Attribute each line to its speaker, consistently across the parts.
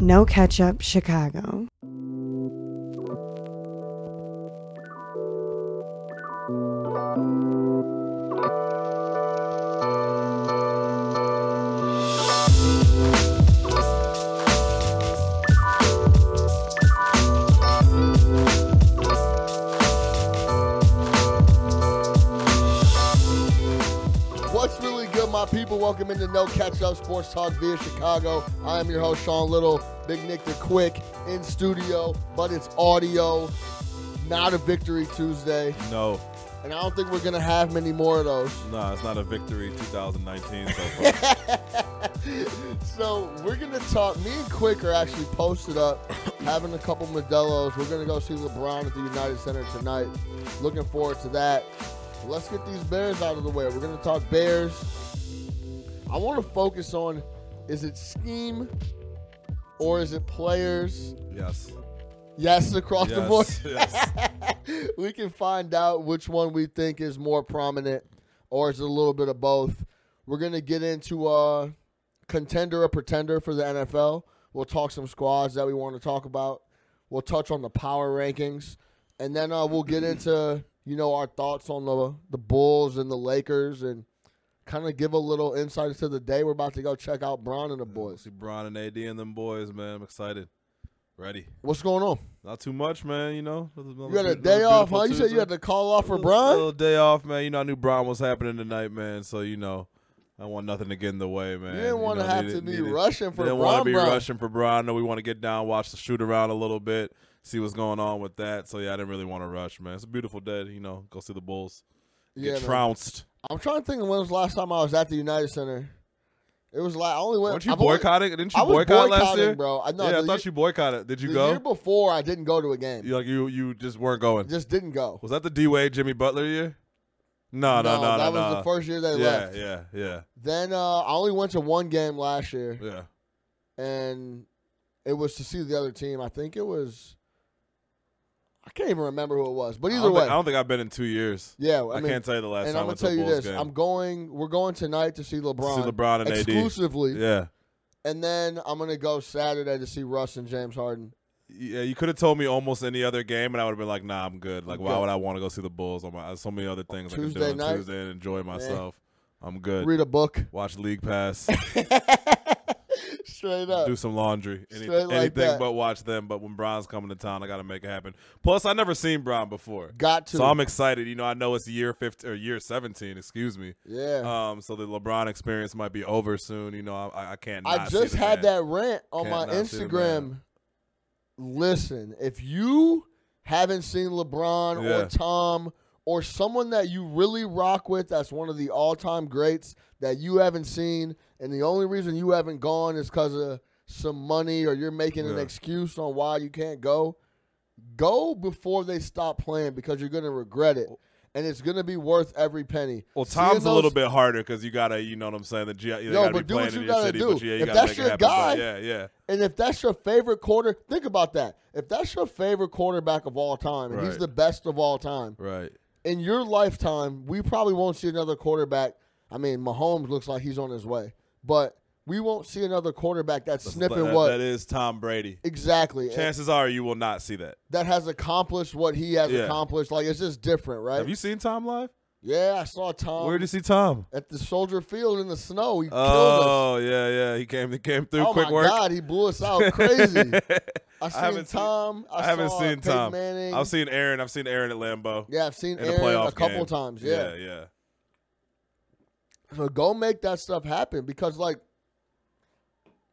Speaker 1: No Ketchup Chicago.
Speaker 2: What's really good, my people? Welcome into No Catch Up Sports Talk via Chicago. I am your host, Sean Little, Big Nick the Quick, in studio, but it's audio, not a Victory Tuesday.
Speaker 3: No,
Speaker 2: And I don't think we're going to have many more of those.
Speaker 3: no, it's not a victory 2019 so far.
Speaker 2: So we're going to talk. Me and Quick are actually posted up, having a couple Modelo's. We're going to go see LeBron at the United Center tonight. Looking forward to that. Let's get these Bears out of the way. We're going to talk Bears. I want to focus on is it scheme or is it players?
Speaker 3: yes.
Speaker 2: Yes, across the board.
Speaker 3: Yes. yes.
Speaker 2: we can find out which one we think is more prominent or is it a little bit of both. We're going to get into uh, contender or pretender for the NFL. We'll talk some squads that we want to talk about. We'll touch on the power rankings. And then uh, we'll get into, you know, our thoughts on the, the Bulls and the Lakers and kind of give a little insight into the day. We're about to go check out Braun and the boys.
Speaker 3: See Bron and AD and them boys, man. I'm excited. Ready.
Speaker 2: What's going on?
Speaker 3: Not too much, man. You know.
Speaker 2: You had a day off, huh? You said you had to call off for
Speaker 3: A
Speaker 2: Braun?
Speaker 3: little day off, man. You know, I knew Bron was happening tonight, man. So you know, I want nothing to get in the way, man.
Speaker 2: You didn't want to
Speaker 3: know,
Speaker 2: have
Speaker 3: needed-
Speaker 2: to be
Speaker 3: needed-
Speaker 2: rushing for
Speaker 3: didn't want
Speaker 2: Braun,
Speaker 3: to be
Speaker 2: Braun.
Speaker 3: rushing for Bron. No, we want to get down, watch the shoot around a little bit, see what's going on with that. So yeah, I didn't really want to rush, man. It's a beautiful day, you know. Go see the Bulls.
Speaker 2: Yeah,
Speaker 3: Get
Speaker 2: man.
Speaker 3: trounced.
Speaker 2: I'm trying to think of when was the last time I was at the United Center. It was like I only went.
Speaker 3: Weren't you
Speaker 2: I've only-
Speaker 3: boycotting? Didn't
Speaker 2: I
Speaker 3: you
Speaker 2: was
Speaker 3: boycott last
Speaker 2: boycotting,
Speaker 3: year,
Speaker 2: bro. I- no,
Speaker 3: yeah, I
Speaker 2: the
Speaker 3: thought
Speaker 2: year-
Speaker 3: you boycotted. Did you
Speaker 2: the
Speaker 3: go?
Speaker 2: year before, I didn't go to a game.
Speaker 3: You- like you, you just weren't going.
Speaker 2: Just didn't go.
Speaker 3: Was that the D Wade Jimmy Butler year? No, no, no, no.
Speaker 2: that was
Speaker 3: no.
Speaker 2: the first year they
Speaker 3: yeah,
Speaker 2: left.
Speaker 3: yeah, yeah,
Speaker 2: Then uh, I only went to one game last year,
Speaker 3: yeah.
Speaker 2: and it was to see the other team. I think it was. I can't even remember who it was, but
Speaker 3: I
Speaker 2: either
Speaker 3: don't
Speaker 2: way,
Speaker 3: think, I don't think I've been in two years.
Speaker 2: yeah.
Speaker 3: I,
Speaker 2: I, mean,
Speaker 3: can't tell you the last
Speaker 2: and
Speaker 3: time
Speaker 2: I'm gonna
Speaker 3: I went to
Speaker 2: tell
Speaker 3: a
Speaker 2: you
Speaker 3: Bulls
Speaker 2: this:
Speaker 3: game.
Speaker 2: I'm going. We're going tonight to see LeBron,
Speaker 3: See LeBron and
Speaker 2: exclusively,
Speaker 3: AD. Yeah,
Speaker 2: and then I'm gonna go Saturday to see Russ and James Harden.
Speaker 3: yeah. You could have told me almost any other game, and I would have been like, "Nah, I'm good." Like,
Speaker 2: I'm
Speaker 3: why
Speaker 2: good.
Speaker 3: would I want to go see the Bulls? On my so many other things I
Speaker 2: Tuesday
Speaker 3: can do on
Speaker 2: night?
Speaker 3: Tuesday and enjoy myself. I'm good.
Speaker 2: read a book.
Speaker 3: Watch League Pass.
Speaker 2: Straight up.
Speaker 3: do some laundry. Any,
Speaker 2: Straight like
Speaker 3: anything
Speaker 2: that.
Speaker 3: but watch them. But when Bron's coming to town, I got to make it happen. Plus, I never seen Bron before,
Speaker 2: Got to.
Speaker 3: so I'm excited. You know, I know it's year 15 or year 17. Excuse me.
Speaker 2: yeah.
Speaker 3: Um, so the LeBron experience might be over soon. You know, I- I, I can't.
Speaker 2: I
Speaker 3: not see
Speaker 2: just
Speaker 3: the
Speaker 2: had
Speaker 3: man.
Speaker 2: that rant on
Speaker 3: Can't
Speaker 2: my
Speaker 3: not see the
Speaker 2: Instagram. Listen, if you haven't seen LeBron or
Speaker 3: Yeah.
Speaker 2: Tom or someone that you really rock with that's one of the all time greats that you haven't seen, and the only reason you haven't gone is because of some money or you're making an
Speaker 3: Yeah.
Speaker 2: excuse on why you can't go, go before they stop playing because you're going to regret it. And it's going to be worth every penny.
Speaker 3: Well,
Speaker 2: Seeing
Speaker 3: Tom's a little
Speaker 2: those-
Speaker 3: bit harder because you gotta, you know what I'm saying. The G- you
Speaker 2: Yo,
Speaker 3: gotta
Speaker 2: but
Speaker 3: be
Speaker 2: do what
Speaker 3: playing
Speaker 2: you
Speaker 3: in
Speaker 2: gotta
Speaker 3: your city,
Speaker 2: do.
Speaker 3: but yeah, you
Speaker 2: If
Speaker 3: gotta
Speaker 2: that's
Speaker 3: make
Speaker 2: your
Speaker 3: it happen.
Speaker 2: guy-
Speaker 3: But yeah, yeah.
Speaker 2: And if that's your favorite quarter, think about that. If that's your favorite quarterback of all time, and he's
Speaker 3: Right.
Speaker 2: the best of all time,
Speaker 3: Right.
Speaker 2: in your lifetime, we probably won't see another quarterback. I mean, Mahomes looks like he's on his way, but we won't see another quarterback that's, sniffing
Speaker 3: That-
Speaker 2: what
Speaker 3: that is Tom Brady.
Speaker 2: exactly and
Speaker 3: Chances are you will not see that.
Speaker 2: that has accomplished what he has
Speaker 3: Yeah.
Speaker 2: accomplished. Like it's just different, right? Um,
Speaker 3: Have you seen Tom live?
Speaker 2: yeah, I saw Tom
Speaker 3: Where did you see Tom?
Speaker 2: at the Soldier Field in the snow. He killed us.
Speaker 3: Oh yeah, yeah. He came, he came through.
Speaker 2: Oh
Speaker 3: quick
Speaker 2: my
Speaker 3: work.
Speaker 2: God, he blew us out crazy. I
Speaker 3: I
Speaker 2: seen
Speaker 3: haven't seen-
Speaker 2: Tom. I,
Speaker 3: I haven't
Speaker 2: saw
Speaker 3: seen
Speaker 2: Peyton
Speaker 3: Tom.
Speaker 2: Manning.
Speaker 3: I've seen Aaron. I've seen Aaron at Lambeau
Speaker 2: Yeah, I've seen
Speaker 3: in a
Speaker 2: Aaron
Speaker 3: playoff
Speaker 2: a couple
Speaker 3: game.
Speaker 2: times. Yeah.
Speaker 3: yeah, yeah.
Speaker 2: So go make that stuff happen because like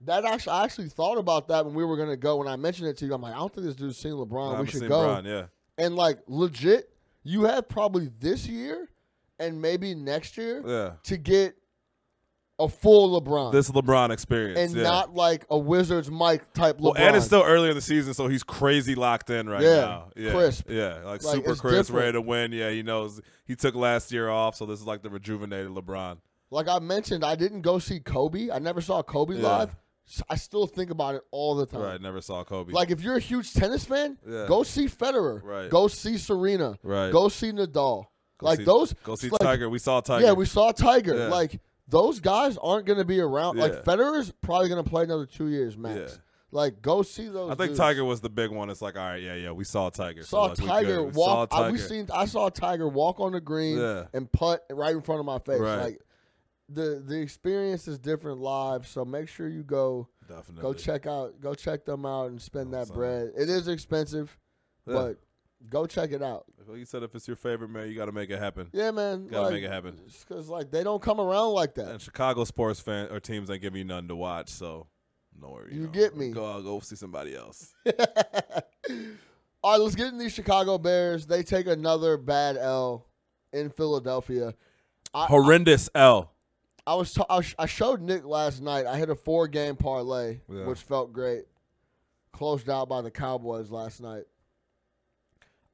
Speaker 2: that actually I actually thought about that when we were gonna go. When I mentioned it to you, I'm like, I don't think this dude's seen LeBron. Oh, we
Speaker 3: I haven't
Speaker 2: should
Speaker 3: seen
Speaker 2: go.
Speaker 3: Bron, yeah,
Speaker 2: And like legit, you have probably this year and maybe next year
Speaker 3: yeah.
Speaker 2: to get a full LeBron
Speaker 3: This LeBron experience,
Speaker 2: and
Speaker 3: yeah.
Speaker 2: not like a Wizards Mike type LeBron.
Speaker 3: Well, and it's still early in the season, so he's crazy locked in right
Speaker 2: Yeah,
Speaker 3: now. Yeah,
Speaker 2: crisp.
Speaker 3: Yeah, like,
Speaker 2: Like,
Speaker 3: super
Speaker 2: it's
Speaker 3: crisp,
Speaker 2: different.
Speaker 3: ready to win. Yeah, he knows he took last year off, so this is like the rejuvenated LeBron.
Speaker 2: like I mentioned, I didn't go see Kobe. I never saw Kobe
Speaker 3: Yeah.
Speaker 2: live. S- I still think about it all the time.
Speaker 3: Right, never saw Kobe.
Speaker 2: Like if you're a huge tennis fan,
Speaker 3: Yeah.
Speaker 2: go see Federer.
Speaker 3: Right.
Speaker 2: Go see Serena.
Speaker 3: Right.
Speaker 2: Go see Nadal.
Speaker 3: Go
Speaker 2: like
Speaker 3: see-
Speaker 2: those.
Speaker 3: Go see
Speaker 2: like,
Speaker 3: Tiger. We saw Tiger.
Speaker 2: Yeah, we saw Tiger.
Speaker 3: Yeah.
Speaker 2: Like those guys aren't going to be around. Like
Speaker 3: Yeah.
Speaker 2: Federer's probably going to play another two years max.
Speaker 3: Yeah.
Speaker 2: Like, go see those.
Speaker 3: I think
Speaker 2: dudes.
Speaker 3: Tiger was the big one. It's like, all right, yeah, yeah, we saw Tiger. so,
Speaker 2: saw
Speaker 3: like, we good.
Speaker 2: Tiger
Speaker 3: We
Speaker 2: walk.
Speaker 3: Saw
Speaker 2: I, we
Speaker 3: Tiger.
Speaker 2: seen. I saw Tiger walk on the green
Speaker 3: Yeah.
Speaker 2: and putt right in front of my face.
Speaker 3: Right.
Speaker 2: Like the the experience is different live. So make sure you go
Speaker 3: Definitely.
Speaker 2: go check out go check them out and spend
Speaker 3: Know what
Speaker 2: that
Speaker 3: I'm
Speaker 2: bread. It is expensive,
Speaker 3: Yeah.
Speaker 2: but go check it out.
Speaker 3: Like you said, if it's your favorite, man, you got to make it happen.
Speaker 2: Yeah, man.
Speaker 3: Gotta
Speaker 2: like,
Speaker 3: make it happen.
Speaker 2: Because like they don't come around like that.
Speaker 3: And Chicago sports fan or teams ain't giving you nothing to watch, so no worry.
Speaker 2: You
Speaker 3: know.
Speaker 2: get me.
Speaker 3: Go out, go see somebody else.
Speaker 2: All right, let's get in these Chicago Bears. They take another bad L in Philadelphia. I,
Speaker 3: Horrendous L.
Speaker 2: I was ta- I, sh- I showed Nick last night. I hit a four game parlay,
Speaker 3: Yeah.
Speaker 2: which felt great. Closed out by the Cowboys last night.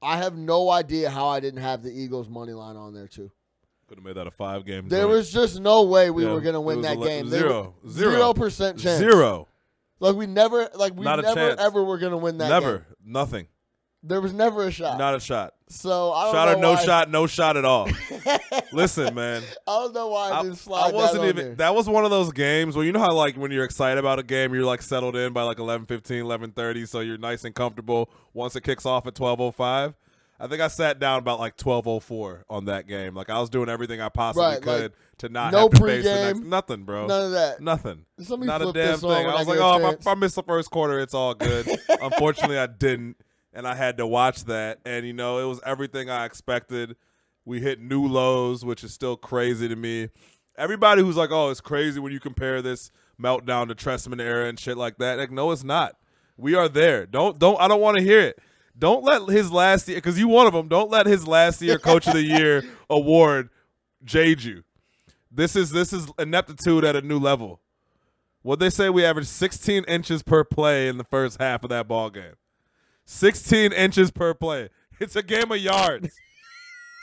Speaker 2: I have no idea how I didn't have the Eagles money line on there too.
Speaker 3: Could have made that a five game.
Speaker 2: There
Speaker 3: joint.
Speaker 2: was just no way we
Speaker 3: Yeah,
Speaker 2: were gonna
Speaker 3: it
Speaker 2: win
Speaker 3: was
Speaker 2: that
Speaker 3: ele-
Speaker 2: game. They
Speaker 3: Zero.
Speaker 2: were-
Speaker 3: Zero.
Speaker 2: zero percent chance.
Speaker 3: zero.
Speaker 2: Like we never, like we
Speaker 3: Not a
Speaker 2: never
Speaker 3: chance.
Speaker 2: ever were gonna win that.
Speaker 3: Never.
Speaker 2: game.
Speaker 3: Nothing.
Speaker 2: There was never a shot.
Speaker 3: Not a shot.
Speaker 2: so I don't
Speaker 3: Shot
Speaker 2: know
Speaker 3: or no
Speaker 2: why-
Speaker 3: shot, no shot at all. Listen, man.
Speaker 2: I don't know why I,
Speaker 3: I,
Speaker 2: didn't slide
Speaker 3: I wasn't
Speaker 2: that on
Speaker 3: even.
Speaker 2: there.
Speaker 3: That was one of those games where you know how like when you're excited about a game, you're like settled in by like 11, 11.30, so you're nice and comfortable. Once it kicks off at twelve oh five, I think I sat down about like twelve oh four on that game. Like I was doing everything I possibly
Speaker 2: Right, like,
Speaker 3: could to not
Speaker 2: no
Speaker 3: have to face the
Speaker 2: pregame,
Speaker 3: next nothing, bro.
Speaker 2: None of that.
Speaker 3: Nothing.
Speaker 2: Let me
Speaker 3: Not a
Speaker 2: flip
Speaker 3: damn
Speaker 2: this on
Speaker 3: thing.
Speaker 2: when
Speaker 3: I
Speaker 2: I
Speaker 3: was
Speaker 2: get
Speaker 3: like,
Speaker 2: a
Speaker 3: oh, if I,
Speaker 2: chance."
Speaker 3: if I miss the first quarter, it's all good. Unfortunately, I didn't, and I had to watch that. And you know, it was everything I expected. We hit new lows, which is still crazy to me. Everybody who's like, oh, it's crazy when you compare this meltdown to Tressman era and shit like that. Like, no, it's not. We are there. Don't don't. I don't want to hear it. Don't let his last year, because you one of them. Don't let his last year coach of the year award jade you. This is this is ineptitude at a new level. What they say we averaged 16 inches per play in the first half of that ball game. 16 inches per play. It's a game of yards.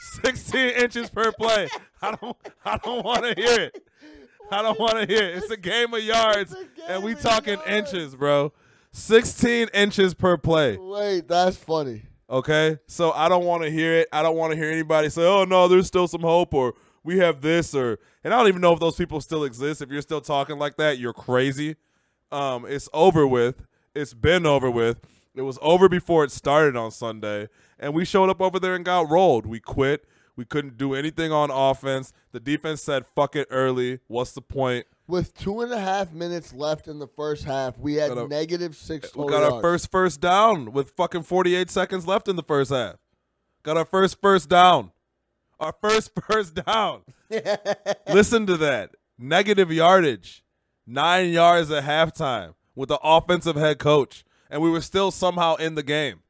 Speaker 3: 16 inches per play. I don't I don't want to hear it. I don't want to hear it. It's a game of
Speaker 2: It's
Speaker 3: yards
Speaker 2: a game
Speaker 3: and we
Speaker 2: of
Speaker 3: talking
Speaker 2: yards.
Speaker 3: inches, bro. 16 inches per play.
Speaker 2: Wait, that's funny.
Speaker 3: Okay, so I don't want to hear it. I don't want to hear anybody say, "Oh no, there's still some hope," or "We have this," or and I don't even know if those people still exist. If you're still talking like that, you're crazy. Um, it's over with. It's been over with. It was over before it started on Sunday, and we showed up over there and got rolled. We quit. We couldn't do anything on offense. The defense said, "Fuck it," early. What's the point?
Speaker 2: With two and a half minutes left in the first half, we had
Speaker 3: Got our-
Speaker 2: negative six total
Speaker 3: We got our
Speaker 2: yards.
Speaker 3: first first down with fucking 48 seconds left in the first half. Got our first first down. Our first first down. Listen to that. Negative yardage. Nine yards at halftime with the offensive head coach. And we were still somehow in the game.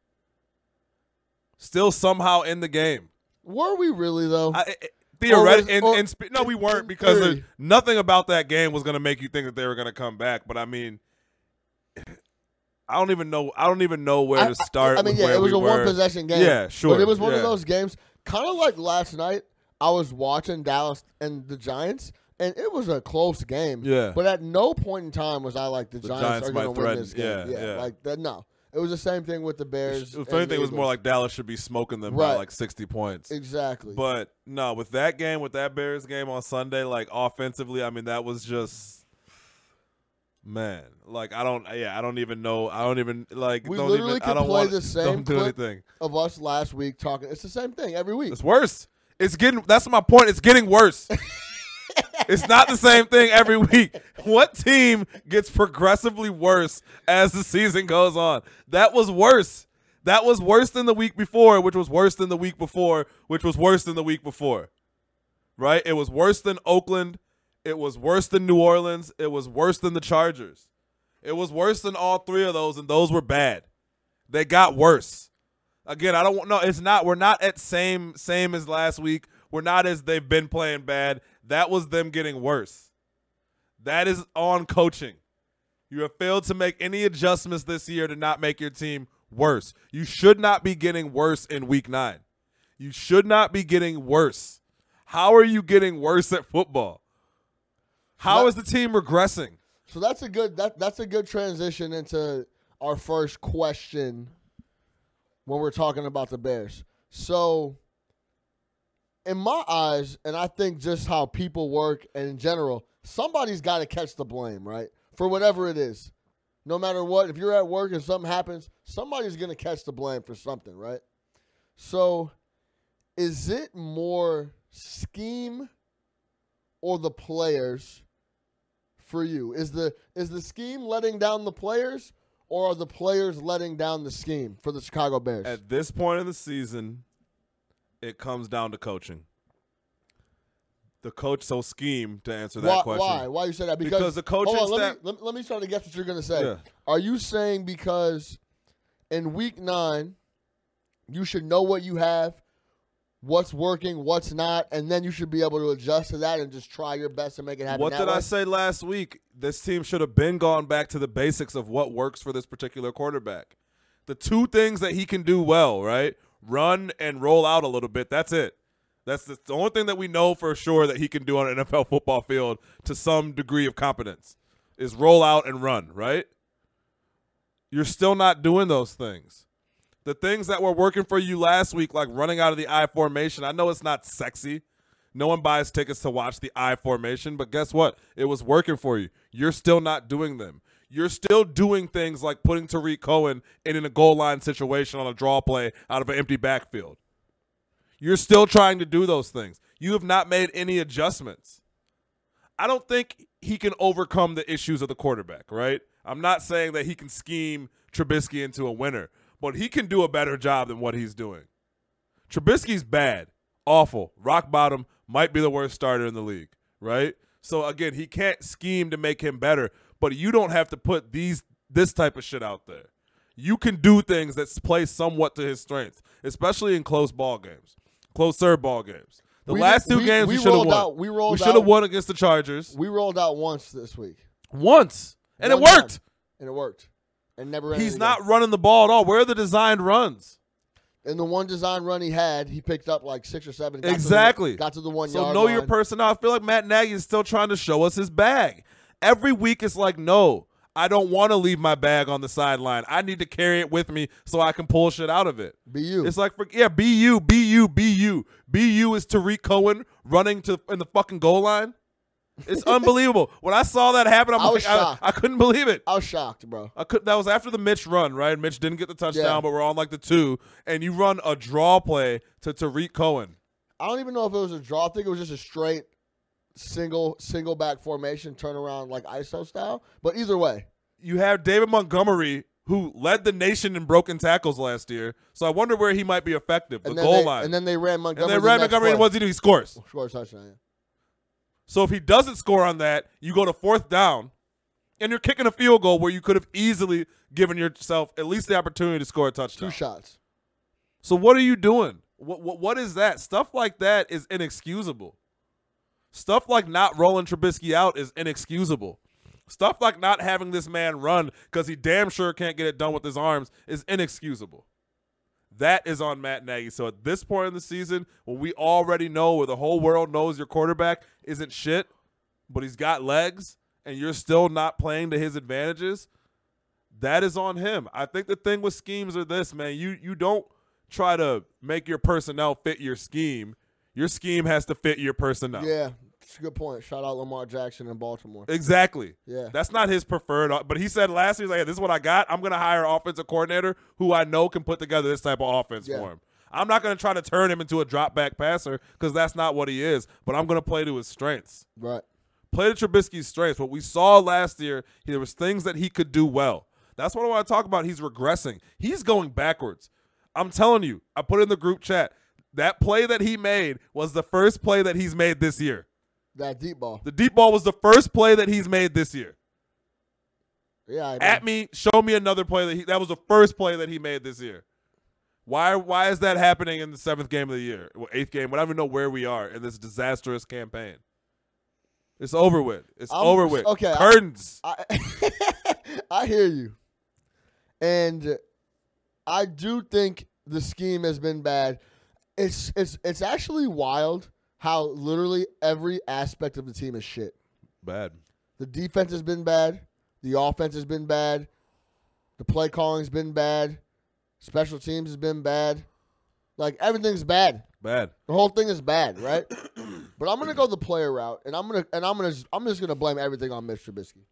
Speaker 3: Still somehow in the game.
Speaker 2: Were we really though?
Speaker 3: I, I- I,
Speaker 2: Or was-
Speaker 3: theoretically, in,
Speaker 2: or-
Speaker 3: in sp- no, we
Speaker 2: in
Speaker 3: weren't because of-
Speaker 2: theory.
Speaker 3: nothing about that game was going to make you think that they were going to come back. But I mean, I don't even know. I don't even know where
Speaker 2: I-
Speaker 3: to start.
Speaker 2: I, mean,
Speaker 3: with
Speaker 2: yeah,
Speaker 3: where
Speaker 2: it was
Speaker 3: we
Speaker 2: a
Speaker 3: were.
Speaker 2: one possession game.
Speaker 3: Yeah, sure,
Speaker 2: But it was one of
Speaker 3: yeah.
Speaker 2: those games, kind of like last night. I was watching Dallas and the Giants, and it was a close game.
Speaker 3: Yeah.
Speaker 2: But at no point in time was I like the, Giants,
Speaker 3: Giants
Speaker 2: are going to
Speaker 3: might
Speaker 2: win
Speaker 3: threaten.
Speaker 2: this game.
Speaker 3: Yeah, yeah.
Speaker 2: Like that. No, it was the same thing with the Bears.
Speaker 3: If anything,
Speaker 2: and the
Speaker 3: it was more
Speaker 2: Eagles.
Speaker 3: like Dallas should be smoking them by
Speaker 2: Right.
Speaker 3: like sixty points.
Speaker 2: exactly.
Speaker 3: But no, with that game, with that Bears game on Sunday, like offensively, I mean, that was just man. Like I don't, yeah, I don't even know. I don't even like.
Speaker 2: We
Speaker 3: don't
Speaker 2: literally
Speaker 3: even,
Speaker 2: could
Speaker 3: I don't
Speaker 2: play
Speaker 3: wanna-
Speaker 2: the same
Speaker 3: Don't do
Speaker 2: clip.
Speaker 3: anything.
Speaker 2: of us last week talking, it's the same thing every week.
Speaker 3: It's worse. It's getting. That's my point. It's getting worse. it's not the same thing every week. What team gets progressively worse as the season goes on? That was worse. That was worse than the week before, which was worse than the week before, which was worse than the week before. Right? It was worse than Oakland. It was worse than New Orleans. It was worse than the Chargers. It was worse than all three of those, and those were bad. They got worse again i don't want no it's not we're not at same same as last week we're not as they've been playing bad that was them getting worse that is on coaching you have failed to make any adjustments this year to not make your team worse you should not be getting worse in week nine you should not be getting worse how are you getting worse at football How
Speaker 2: Let-
Speaker 3: is the team regressing
Speaker 2: So that's a good that that's a good transition into our first question when we're talking about the Bears. So in my eyes, and I think just how people work and in general, somebody's got to catch the blame, right? For whatever it is. No matter what, if you're at work and something happens, somebody's going to catch the blame for something, right? So, is it more scheme or the players for you? Is the is the scheme letting down the players or are the players letting down the scheme for the Chicago Bears?
Speaker 3: At this point in the season, it comes down to coaching. The coach, so scheme to answer that
Speaker 2: why,
Speaker 3: question.
Speaker 2: why? Why you say that? Because,
Speaker 3: Because the coaching
Speaker 2: hold on, let, me,
Speaker 3: staff-
Speaker 2: let, me- let me try to guess what you're going to say.
Speaker 3: Yeah.
Speaker 2: Are you saying because in week nine, you should know what you have, what's working, what's not, and then you should be able to adjust to that and just try your best to make it happen?
Speaker 3: What
Speaker 2: that
Speaker 3: did
Speaker 2: way?
Speaker 3: I say last week? This team should have been gone back to the basics of what works for this particular quarterback. The two things that he can do well, right? Run and roll out a little bit. That's it. That's the the only thing that we know for sure that he can do on an NFL football field to some degree of competence is roll out and run, right? You're still not doing those things. The things that were working for you last week, like running out of the I formation, I know it's not sexy. No one buys tickets to watch the I formation, but guess what? It was working for you. You're still not doing them. You're still doing things like putting Tariq Cohen in, in a goal line situation on a draw play out of an empty backfield. You're still trying to do those things. You have not made any adjustments. I don't think he can overcome the issues of the quarterback, right? I'm not saying that he can scheme Trubisky into a winner, but he can do a better job than what he's doing. Trubisky's bad, awful, rock bottom, might be the worst starter in the league, right? So again, he can't scheme to make him better, but you don't have to put these this type of shit out there. You can do things that play somewhat to his strengths, especially in close ball games, closer ball games. The
Speaker 2: We
Speaker 3: last
Speaker 2: did-
Speaker 3: two
Speaker 2: we-
Speaker 3: games
Speaker 2: we
Speaker 3: we, should have
Speaker 2: rolled
Speaker 3: won.
Speaker 2: out- we rolled
Speaker 3: should have
Speaker 2: out-
Speaker 3: won against the Chargers
Speaker 2: We rolled out once this week,
Speaker 3: once, and
Speaker 2: One
Speaker 3: it
Speaker 2: time.
Speaker 3: worked.
Speaker 2: and it worked. And never. ran it
Speaker 3: He's
Speaker 2: again.
Speaker 3: not running the ball at all. Where are the designed runs?
Speaker 2: And the one design run he had, he picked up like six or seven. got to the-
Speaker 3: Exactly.
Speaker 2: got to the one
Speaker 3: So
Speaker 2: yard.
Speaker 3: know your
Speaker 2: line.
Speaker 3: personnel. I feel like Matt Nagy is still trying to show us his bag. Every week it's like, no, I don't want to leave my bag on the sideline. I need to carry it with me so I can pull shit out of it.
Speaker 2: Be you.
Speaker 3: It's like, for, yeah, be you, be you, be you. Be you is Tariq Cohen running to in the fucking goal line. It's unbelievable. When I saw that happen, I'm
Speaker 2: I was
Speaker 3: like, I,
Speaker 2: shocked.
Speaker 3: I couldn't believe it.
Speaker 2: I was shocked, bro.
Speaker 3: I could. That was after the Mitch run, right? Mitch didn't get the touchdown,
Speaker 2: Yeah.
Speaker 3: but we're on like the two, and you run a draw play to Tariq Cohen.
Speaker 2: I don't even know if it was a draw. I think it was just a straight single single back formation turnaround like ISO style. But either way,
Speaker 3: You have David Montgomery, who led the nation in broken tackles last year. So I wonder where he might be effective. The
Speaker 2: and then
Speaker 3: goal
Speaker 2: they,
Speaker 3: line,
Speaker 2: and then they ran
Speaker 3: and
Speaker 2: Montgomery.
Speaker 3: then Red
Speaker 2: the next
Speaker 3: Montgomery, and
Speaker 2: play.
Speaker 3: what does he do? He scores.
Speaker 2: Scored a touchdown. yeah.
Speaker 3: So if he doesn't score on that, you go to fourth down, and you're kicking a field goal where you could have easily given yourself at least the opportunity to score a
Speaker 2: Two
Speaker 3: touchdown.
Speaker 2: shots.
Speaker 3: So what are you doing? What, what what is that? Stuff like that is inexcusable. Stuff like not rolling Trubisky out is inexcusable. Stuff like not having this man run because he damn sure can't get it done with his arms is inexcusable. That is on Matt Nagy. So at this point in the season, when we already know, where the whole world knows your quarterback isn't shit, but he's got legs, and you're still not playing to his advantages, that is on him. I think the thing with schemes are this, man. You you don't try to make your personnel fit your scheme. Your scheme has to fit your personnel.
Speaker 2: Yeah, it's a good point. Shout out Lamar Jackson in Baltimore.
Speaker 3: Exactly.
Speaker 2: Yeah.
Speaker 3: That's not his preferred, o- but he said last year, he's like, "Hey, this is what I got. I'm going to hire an offensive coordinator who I know can put together this type of offense
Speaker 2: Yeah.
Speaker 3: for him. I'm not going to try to turn him into a drop back passer because that's not what he is, but I'm going to play to his strengths.
Speaker 2: Right.
Speaker 3: Play to Trubisky's strengths. What we saw last year, there was things that he could do well. That's what I want to talk about. He's regressing. He's going backwards. I'm telling you. I put in the group chat. That play that he made was the first play that he's made this year.
Speaker 2: That deep ball.
Speaker 3: The deep ball was the first play that he's made this year.
Speaker 2: Yeah. I
Speaker 3: At me, show me another play that he, that was the first play that he made this year. Why why is that happening in the seventh game of the year, well, eighth game? We don't even know where we are in this disastrous campaign. It's over with. It's
Speaker 2: I'm-
Speaker 3: over with.
Speaker 2: okay, I-
Speaker 3: curtains.
Speaker 2: I I hear you. And I do think the scheme has been bad. It's it's it's actually wild how literally every aspect of the team is shit.
Speaker 3: Bad.
Speaker 2: The defense has been bad, the offense has been bad, the play calling's been bad, special teams has been bad. Like everything's bad.
Speaker 3: Bad.
Speaker 2: The whole thing is bad, right? but I'm gonna go the player route, and I'm gonna and I'm gonna I'm just gonna blame everything on Mitch Trubisky.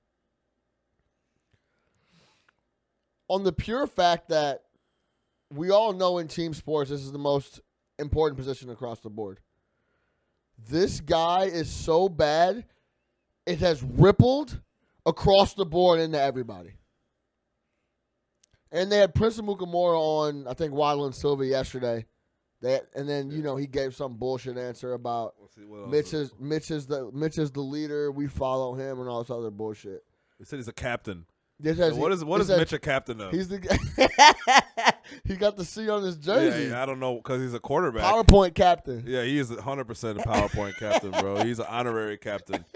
Speaker 2: on the pure fact that we all know in team sports this is the most important position across the board. This guy is so bad, it has rippled across the board into everybody. And they had Prince of Mukamura on, I think, Waddle and Silva yesterday. That and then you know he gave some bullshit answer about
Speaker 3: Let's see what else
Speaker 2: Mitch
Speaker 3: is-
Speaker 2: is Mitch is the Mitch is the leader. We follow him and all this other bullshit.
Speaker 3: They said he's a captain.
Speaker 2: This has-
Speaker 3: what is what
Speaker 2: this
Speaker 3: is
Speaker 2: has-
Speaker 3: Mitch a captain of?
Speaker 2: He's the guy. he got the C on his
Speaker 3: yeah,
Speaker 2: jersey.
Speaker 3: yeah, I don't know because he's a quarterback.
Speaker 2: PowerPoint captain.
Speaker 3: yeah, he is 100 percent a PowerPoint captain, bro. He's an honorary captain.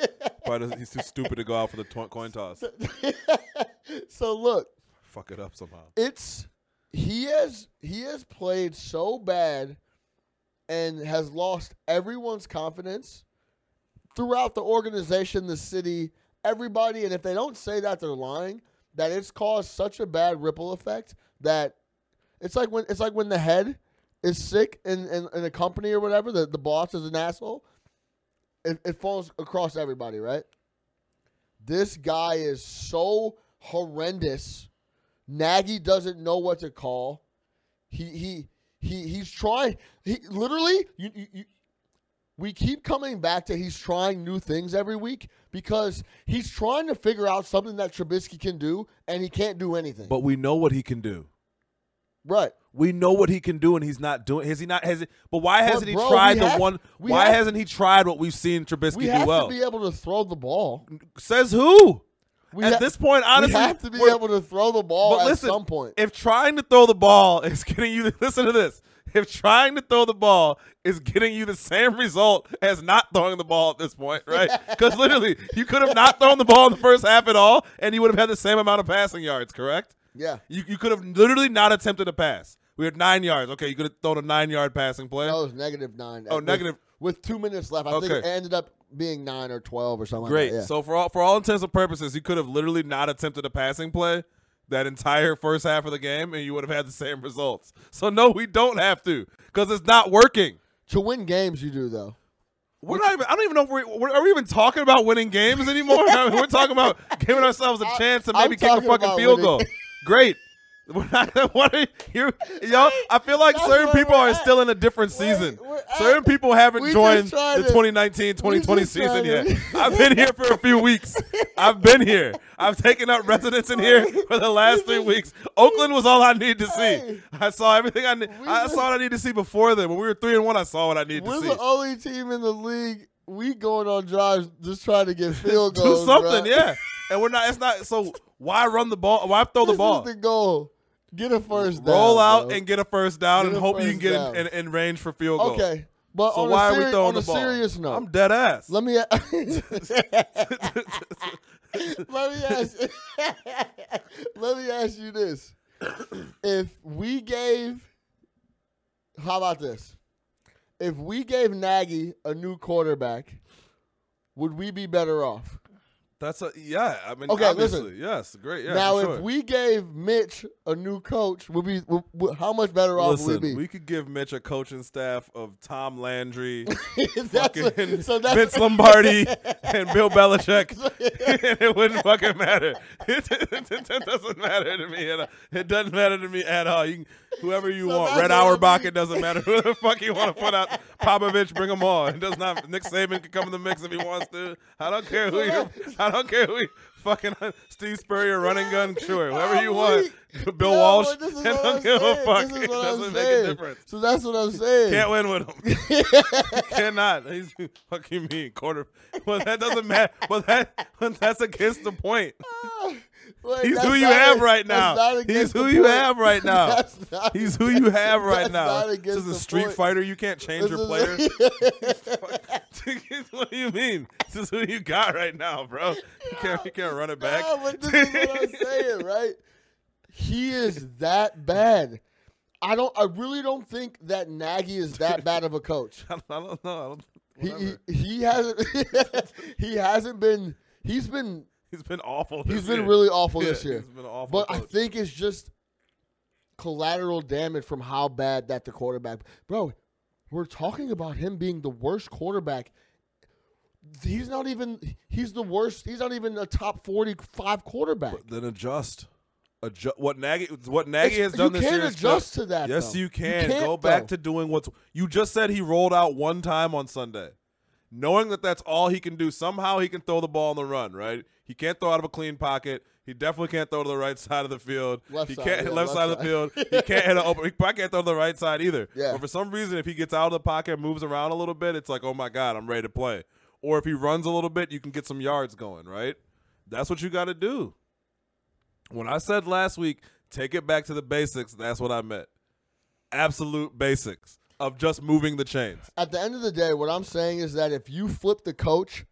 Speaker 3: Probably doesn't- he's too stupid to go out for the to- coin toss.
Speaker 2: so look,
Speaker 3: Fuck it up somehow.
Speaker 2: it's he has he has played so bad and has lost everyone's confidence throughout the organization, the city, everybody, and if they don't say that they're lying, that it's caused such a bad ripple effect that it's like when it's like when the head is sick in, in, in a company or whatever, the, the boss is an asshole. It, it falls across everybody, right? This guy is so horrendous. Nagy doesn't know what to call. He he he he's trying. He literally you, you, you we keep coming back to he's trying new things every week because he's trying to figure out something that Trubisky can do and he can't do anything.
Speaker 3: But we know what he can do.
Speaker 2: right.
Speaker 3: We know what he can do, and he's not doing. Has he not? Has it? But why hasn't
Speaker 2: bro,
Speaker 3: he tried
Speaker 2: we
Speaker 3: the
Speaker 2: have-
Speaker 3: one?
Speaker 2: we
Speaker 3: Why
Speaker 2: have-
Speaker 3: hasn't he tried what we've seen Trubisky
Speaker 2: We
Speaker 3: do
Speaker 2: have
Speaker 3: well?
Speaker 2: to be able to throw the ball.
Speaker 3: Says who?
Speaker 2: We
Speaker 3: At
Speaker 2: ha-
Speaker 3: this point, honestly,
Speaker 2: we have to be
Speaker 3: we're-
Speaker 2: able to throw the ball
Speaker 3: But
Speaker 2: at
Speaker 3: listen,
Speaker 2: some point.
Speaker 3: If trying to throw the ball is getting you, listen to this. If trying to throw the ball is getting you the same result as not throwing the ball at this point, right? Because literally, you could have not thrown the ball in the first half at all, and you would have had the same amount of passing yards, correct?
Speaker 2: yeah.
Speaker 3: You, you could have literally not attempted a pass. We had nine yards. Okay, you could have thrown a nine yard passing play.
Speaker 2: That was negative nine.
Speaker 3: Oh,
Speaker 2: With-
Speaker 3: negative-
Speaker 2: With two minutes left, I think
Speaker 3: Okay.
Speaker 2: it ended up being nine or twelve or something.
Speaker 3: Great.
Speaker 2: Like that. yeah.
Speaker 3: So for all for all intents and purposes, you could have literally not attempted a passing play that entire first half of the game, and you would have had the same results. So no, we don't have to because it's not working.
Speaker 2: to win games, you do though.
Speaker 3: We're not even. I don't even know. If we're, we're- are we even talking about winning games anymore? I mean, we're talking about giving ourselves a chance to
Speaker 2: I'm
Speaker 3: maybe kick a
Speaker 2: talking
Speaker 3: fucking
Speaker 2: about
Speaker 3: field
Speaker 2: winning.
Speaker 3: goal. Great. We're not. What are you, yo? I feel like
Speaker 2: That's
Speaker 3: certain
Speaker 2: where
Speaker 3: people
Speaker 2: we're
Speaker 3: are
Speaker 2: at.
Speaker 3: still in a different
Speaker 2: We're-
Speaker 3: season.
Speaker 2: we're at-
Speaker 3: certain people
Speaker 2: we
Speaker 3: haven't
Speaker 2: just
Speaker 3: joined
Speaker 2: tried
Speaker 3: the
Speaker 2: to-
Speaker 3: 2019-2020
Speaker 2: just
Speaker 3: season
Speaker 2: tried
Speaker 3: yet.
Speaker 2: to-
Speaker 3: I've been here for a few weeks. I've been here. I've taken up residence in here for the last three weeks. Oakland was all I needed to see.
Speaker 2: Hey.
Speaker 3: I saw everything I. ne-
Speaker 2: We
Speaker 3: I
Speaker 2: just-
Speaker 3: saw what I needed to see before then. When we were three and one, I saw what I needed
Speaker 2: We're
Speaker 3: to see.
Speaker 2: the only team in the league. We going on drives just trying to get field goals.
Speaker 3: do something,
Speaker 2: bruh.
Speaker 3: yeah. And we're not. It's not. So why run the ball? Why throw the
Speaker 2: This
Speaker 3: ball?
Speaker 2: Is the goal. Get a first down.
Speaker 3: Roll out
Speaker 2: bro.
Speaker 3: and get a first down,
Speaker 2: Get
Speaker 3: and
Speaker 2: a
Speaker 3: hope you
Speaker 2: first
Speaker 3: can get in,
Speaker 2: down.
Speaker 3: in, in range for field goal.
Speaker 2: okay. But
Speaker 3: So
Speaker 2: on
Speaker 3: why
Speaker 2: a
Speaker 3: are we
Speaker 2: seri-
Speaker 3: throwing
Speaker 2: on
Speaker 3: the
Speaker 2: a
Speaker 3: ball?
Speaker 2: serious note,
Speaker 3: I'm dead ass.
Speaker 2: let me let me ask let me ask you this: If we gave, how about this? If we gave Nagy a new quarterback, would we be better off?
Speaker 3: That's a yeah. I mean,
Speaker 2: Okay,
Speaker 3: obviously,
Speaker 2: listen.
Speaker 3: yes, great. Yeah,
Speaker 2: now,
Speaker 3: for sure.
Speaker 2: if we gave Mitch a new coach, would be would, would- how much better off
Speaker 3: listen,
Speaker 2: would we be?
Speaker 3: we could give Mitch a coaching staff of Tom Landry,
Speaker 2: That's what-
Speaker 3: fucking
Speaker 2: so that's
Speaker 3: Vince Lombardi, and Bill Belichick, and it wouldn't fucking matter. It, doesn't matter to me. At all. It doesn't matter to me at all. You can, whoever you
Speaker 2: So
Speaker 3: want,
Speaker 2: that's
Speaker 3: Red
Speaker 2: what it'll
Speaker 3: Auerbach,
Speaker 2: be.
Speaker 3: it doesn't matter. Who the fuck you want to put out? Popovich, bring them all. It does not. Nick Saban can come in the mix if he wants to. I don't care who you. I don't care who. You, fucking Steve Spurrier, running gun, sure, whoever you
Speaker 2: I'm
Speaker 3: want.
Speaker 2: weak.
Speaker 3: Bill
Speaker 2: No,
Speaker 3: Walsh,
Speaker 2: but this is
Speaker 3: I
Speaker 2: what
Speaker 3: don't
Speaker 2: I'm
Speaker 3: give a
Speaker 2: saying.
Speaker 3: fuck.
Speaker 2: This is
Speaker 3: It
Speaker 2: what I'm
Speaker 3: doesn't make a
Speaker 2: saying.
Speaker 3: difference.
Speaker 2: So that's what I'm saying.
Speaker 3: Can't win with him. Cannot. He's fucking mean quarter. Well, that doesn't matter. But that but that's against the point.
Speaker 2: Wait,
Speaker 3: He's
Speaker 2: that's
Speaker 3: who you
Speaker 2: not a-
Speaker 3: have right
Speaker 2: that's
Speaker 3: now.
Speaker 2: not
Speaker 3: He's
Speaker 2: against
Speaker 3: who
Speaker 2: the
Speaker 3: you
Speaker 2: point.
Speaker 3: have right now.
Speaker 2: That's not
Speaker 3: He's who you have right
Speaker 2: That's
Speaker 3: now.
Speaker 2: not
Speaker 3: This
Speaker 2: against
Speaker 3: is a
Speaker 2: the
Speaker 3: Street
Speaker 2: point.
Speaker 3: Fighter. You can't
Speaker 2: This
Speaker 3: change your
Speaker 2: is-
Speaker 3: player. what do you mean? This is who you got right now, bro. You can't you can't run it back.
Speaker 2: No, but this is what I'm saying, right? He is that bad. I don't. I really don't think that Nagy is that bad of a coach.
Speaker 3: I don't know. I don't,
Speaker 2: He
Speaker 3: whatever.
Speaker 2: he, he hasn't. he hasn't been. He's been.
Speaker 3: he's been awful. This
Speaker 2: He's been
Speaker 3: year.
Speaker 2: really awful
Speaker 3: Yeah,
Speaker 2: this year.
Speaker 3: He's been an awful.
Speaker 2: But I
Speaker 3: coach.
Speaker 2: think it's just collateral damage from how bad that the quarterback. Bro, we're talking about him being the worst quarterback. He's not even. He's the worst. He's not even a top forty-five quarterback.
Speaker 3: But then adjust. adju- what Nagy what Nagy
Speaker 2: It's-
Speaker 3: has done
Speaker 2: you
Speaker 3: this
Speaker 2: can't
Speaker 3: year. is
Speaker 2: adjust
Speaker 3: good.
Speaker 2: to that,
Speaker 3: Yes,
Speaker 2: though.
Speaker 3: you
Speaker 2: You
Speaker 3: can.
Speaker 2: can't,
Speaker 3: Go back
Speaker 2: though.
Speaker 3: to doing what's. You just said he rolled out one time on Sunday, knowing that that's all he can do. Somehow he can throw the ball on the run. Right? He can't throw out of a clean pocket. He definitely can't throw to the right side of the field.
Speaker 2: Left
Speaker 3: he
Speaker 2: side,
Speaker 3: can't
Speaker 2: yeah, left
Speaker 3: left, side, of the field. He can't hit an open. He probably can't throw to the right side either.
Speaker 2: Yeah.
Speaker 3: But for some reason, if he gets out of the pocket, moves around a little bit, it's like, oh my god, I'm ready to play. Or if he runs a little bit, you can get some yards going. Right? That's what you got to do. When I said last week, take it back to the basics, that's what I meant. Absolute basics of just moving the chains.
Speaker 2: At the end of the day, what I'm saying is that if you flip the coach,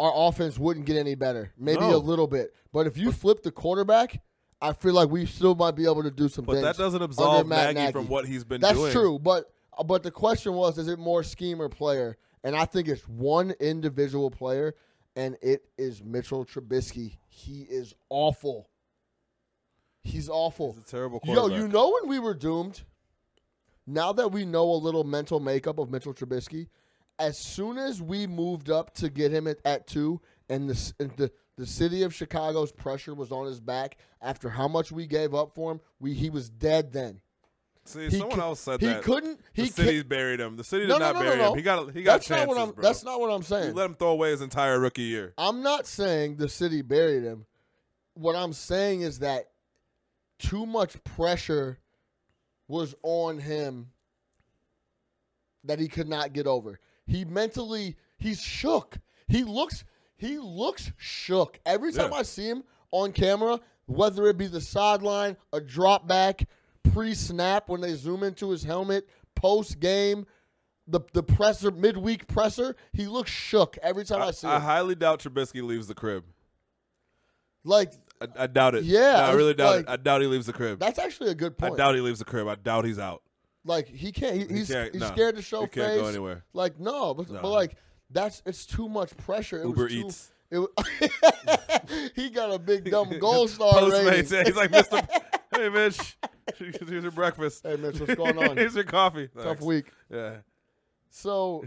Speaker 2: our offense wouldn't get any better. Maybe
Speaker 3: No.
Speaker 2: a little bit. But if you flip the quarterback, I feel like we still might be able to do some
Speaker 3: But
Speaker 2: things.
Speaker 3: that doesn't
Speaker 2: under
Speaker 3: absolve
Speaker 2: Matt
Speaker 3: Nagy from
Speaker 2: Nagy.
Speaker 3: what he's been
Speaker 2: That's
Speaker 3: doing.
Speaker 2: true, but uh, but the question was, is it more scheme or player? And I think it's one individual player, and it is Mitchell Trubisky. He is awful. He's awful.
Speaker 3: He's a terrible
Speaker 2: Yo,
Speaker 3: quarterback.
Speaker 2: you know when we were doomed? Now that we know a little mental makeup of Mitchell Trubisky, as soon as we moved up to get him at, at two, and the, s- and the the city of Chicago's pressure was on his back after how much we gave up for him, we he was dead then.
Speaker 3: See,
Speaker 2: He
Speaker 3: someone
Speaker 2: cou-
Speaker 3: else said
Speaker 2: he
Speaker 3: that.
Speaker 2: couldn't. He
Speaker 3: the
Speaker 2: ca-
Speaker 3: city buried him. The city did
Speaker 2: no, no,
Speaker 3: not
Speaker 2: no, no,
Speaker 3: bury
Speaker 2: no.
Speaker 3: him. He got he got
Speaker 2: that's
Speaker 3: chances,
Speaker 2: not what I'm.
Speaker 3: bro.
Speaker 2: That's not what I'm
Speaker 3: you
Speaker 2: saying.
Speaker 3: let him throw away his entire rookie year.
Speaker 2: I'm not saying the city buried him. What I'm saying is that too much pressure was on him that he could not get over. He mentally he's shook. He looks he looks shook. Every time
Speaker 3: Yeah.
Speaker 2: I see him on camera, whether it be the sideline, a drop back, pre-snap when they zoom into his helmet, post game, the the presser midweek presser, he looks shook every time Oh, I,
Speaker 3: I,
Speaker 2: see
Speaker 3: I
Speaker 2: him.
Speaker 3: highly doubt Trubisky leaves the crib.
Speaker 2: Like
Speaker 3: I, I doubt it.
Speaker 2: Yeah,
Speaker 3: No, I
Speaker 2: it's
Speaker 3: really doubt it.
Speaker 2: like-
Speaker 3: I doubt he leaves the crib.
Speaker 2: that's actually a good
Speaker 3: I
Speaker 2: point.
Speaker 3: doubt he leaves the crib. I doubt he's out.
Speaker 2: like he can't. He, he's
Speaker 3: can't-
Speaker 2: he's
Speaker 3: nah.
Speaker 2: scared to show
Speaker 3: He
Speaker 2: face.
Speaker 3: can't go anywhere.
Speaker 2: Like no, but,
Speaker 3: Nah.
Speaker 2: but like that's it's too much pressure. It
Speaker 3: Uber
Speaker 2: was too,
Speaker 3: Eats.
Speaker 2: It, wa- he got a big dumb gold star
Speaker 3: Postmates.
Speaker 2: rating.
Speaker 3: Yeah, he's like Mister. hey, Mitch. Here's your breakfast.
Speaker 2: Hey Mitch, what's going on?
Speaker 3: Here's your coffee.
Speaker 2: Tough
Speaker 3: Thanks.
Speaker 2: week.
Speaker 3: Yeah.
Speaker 2: So,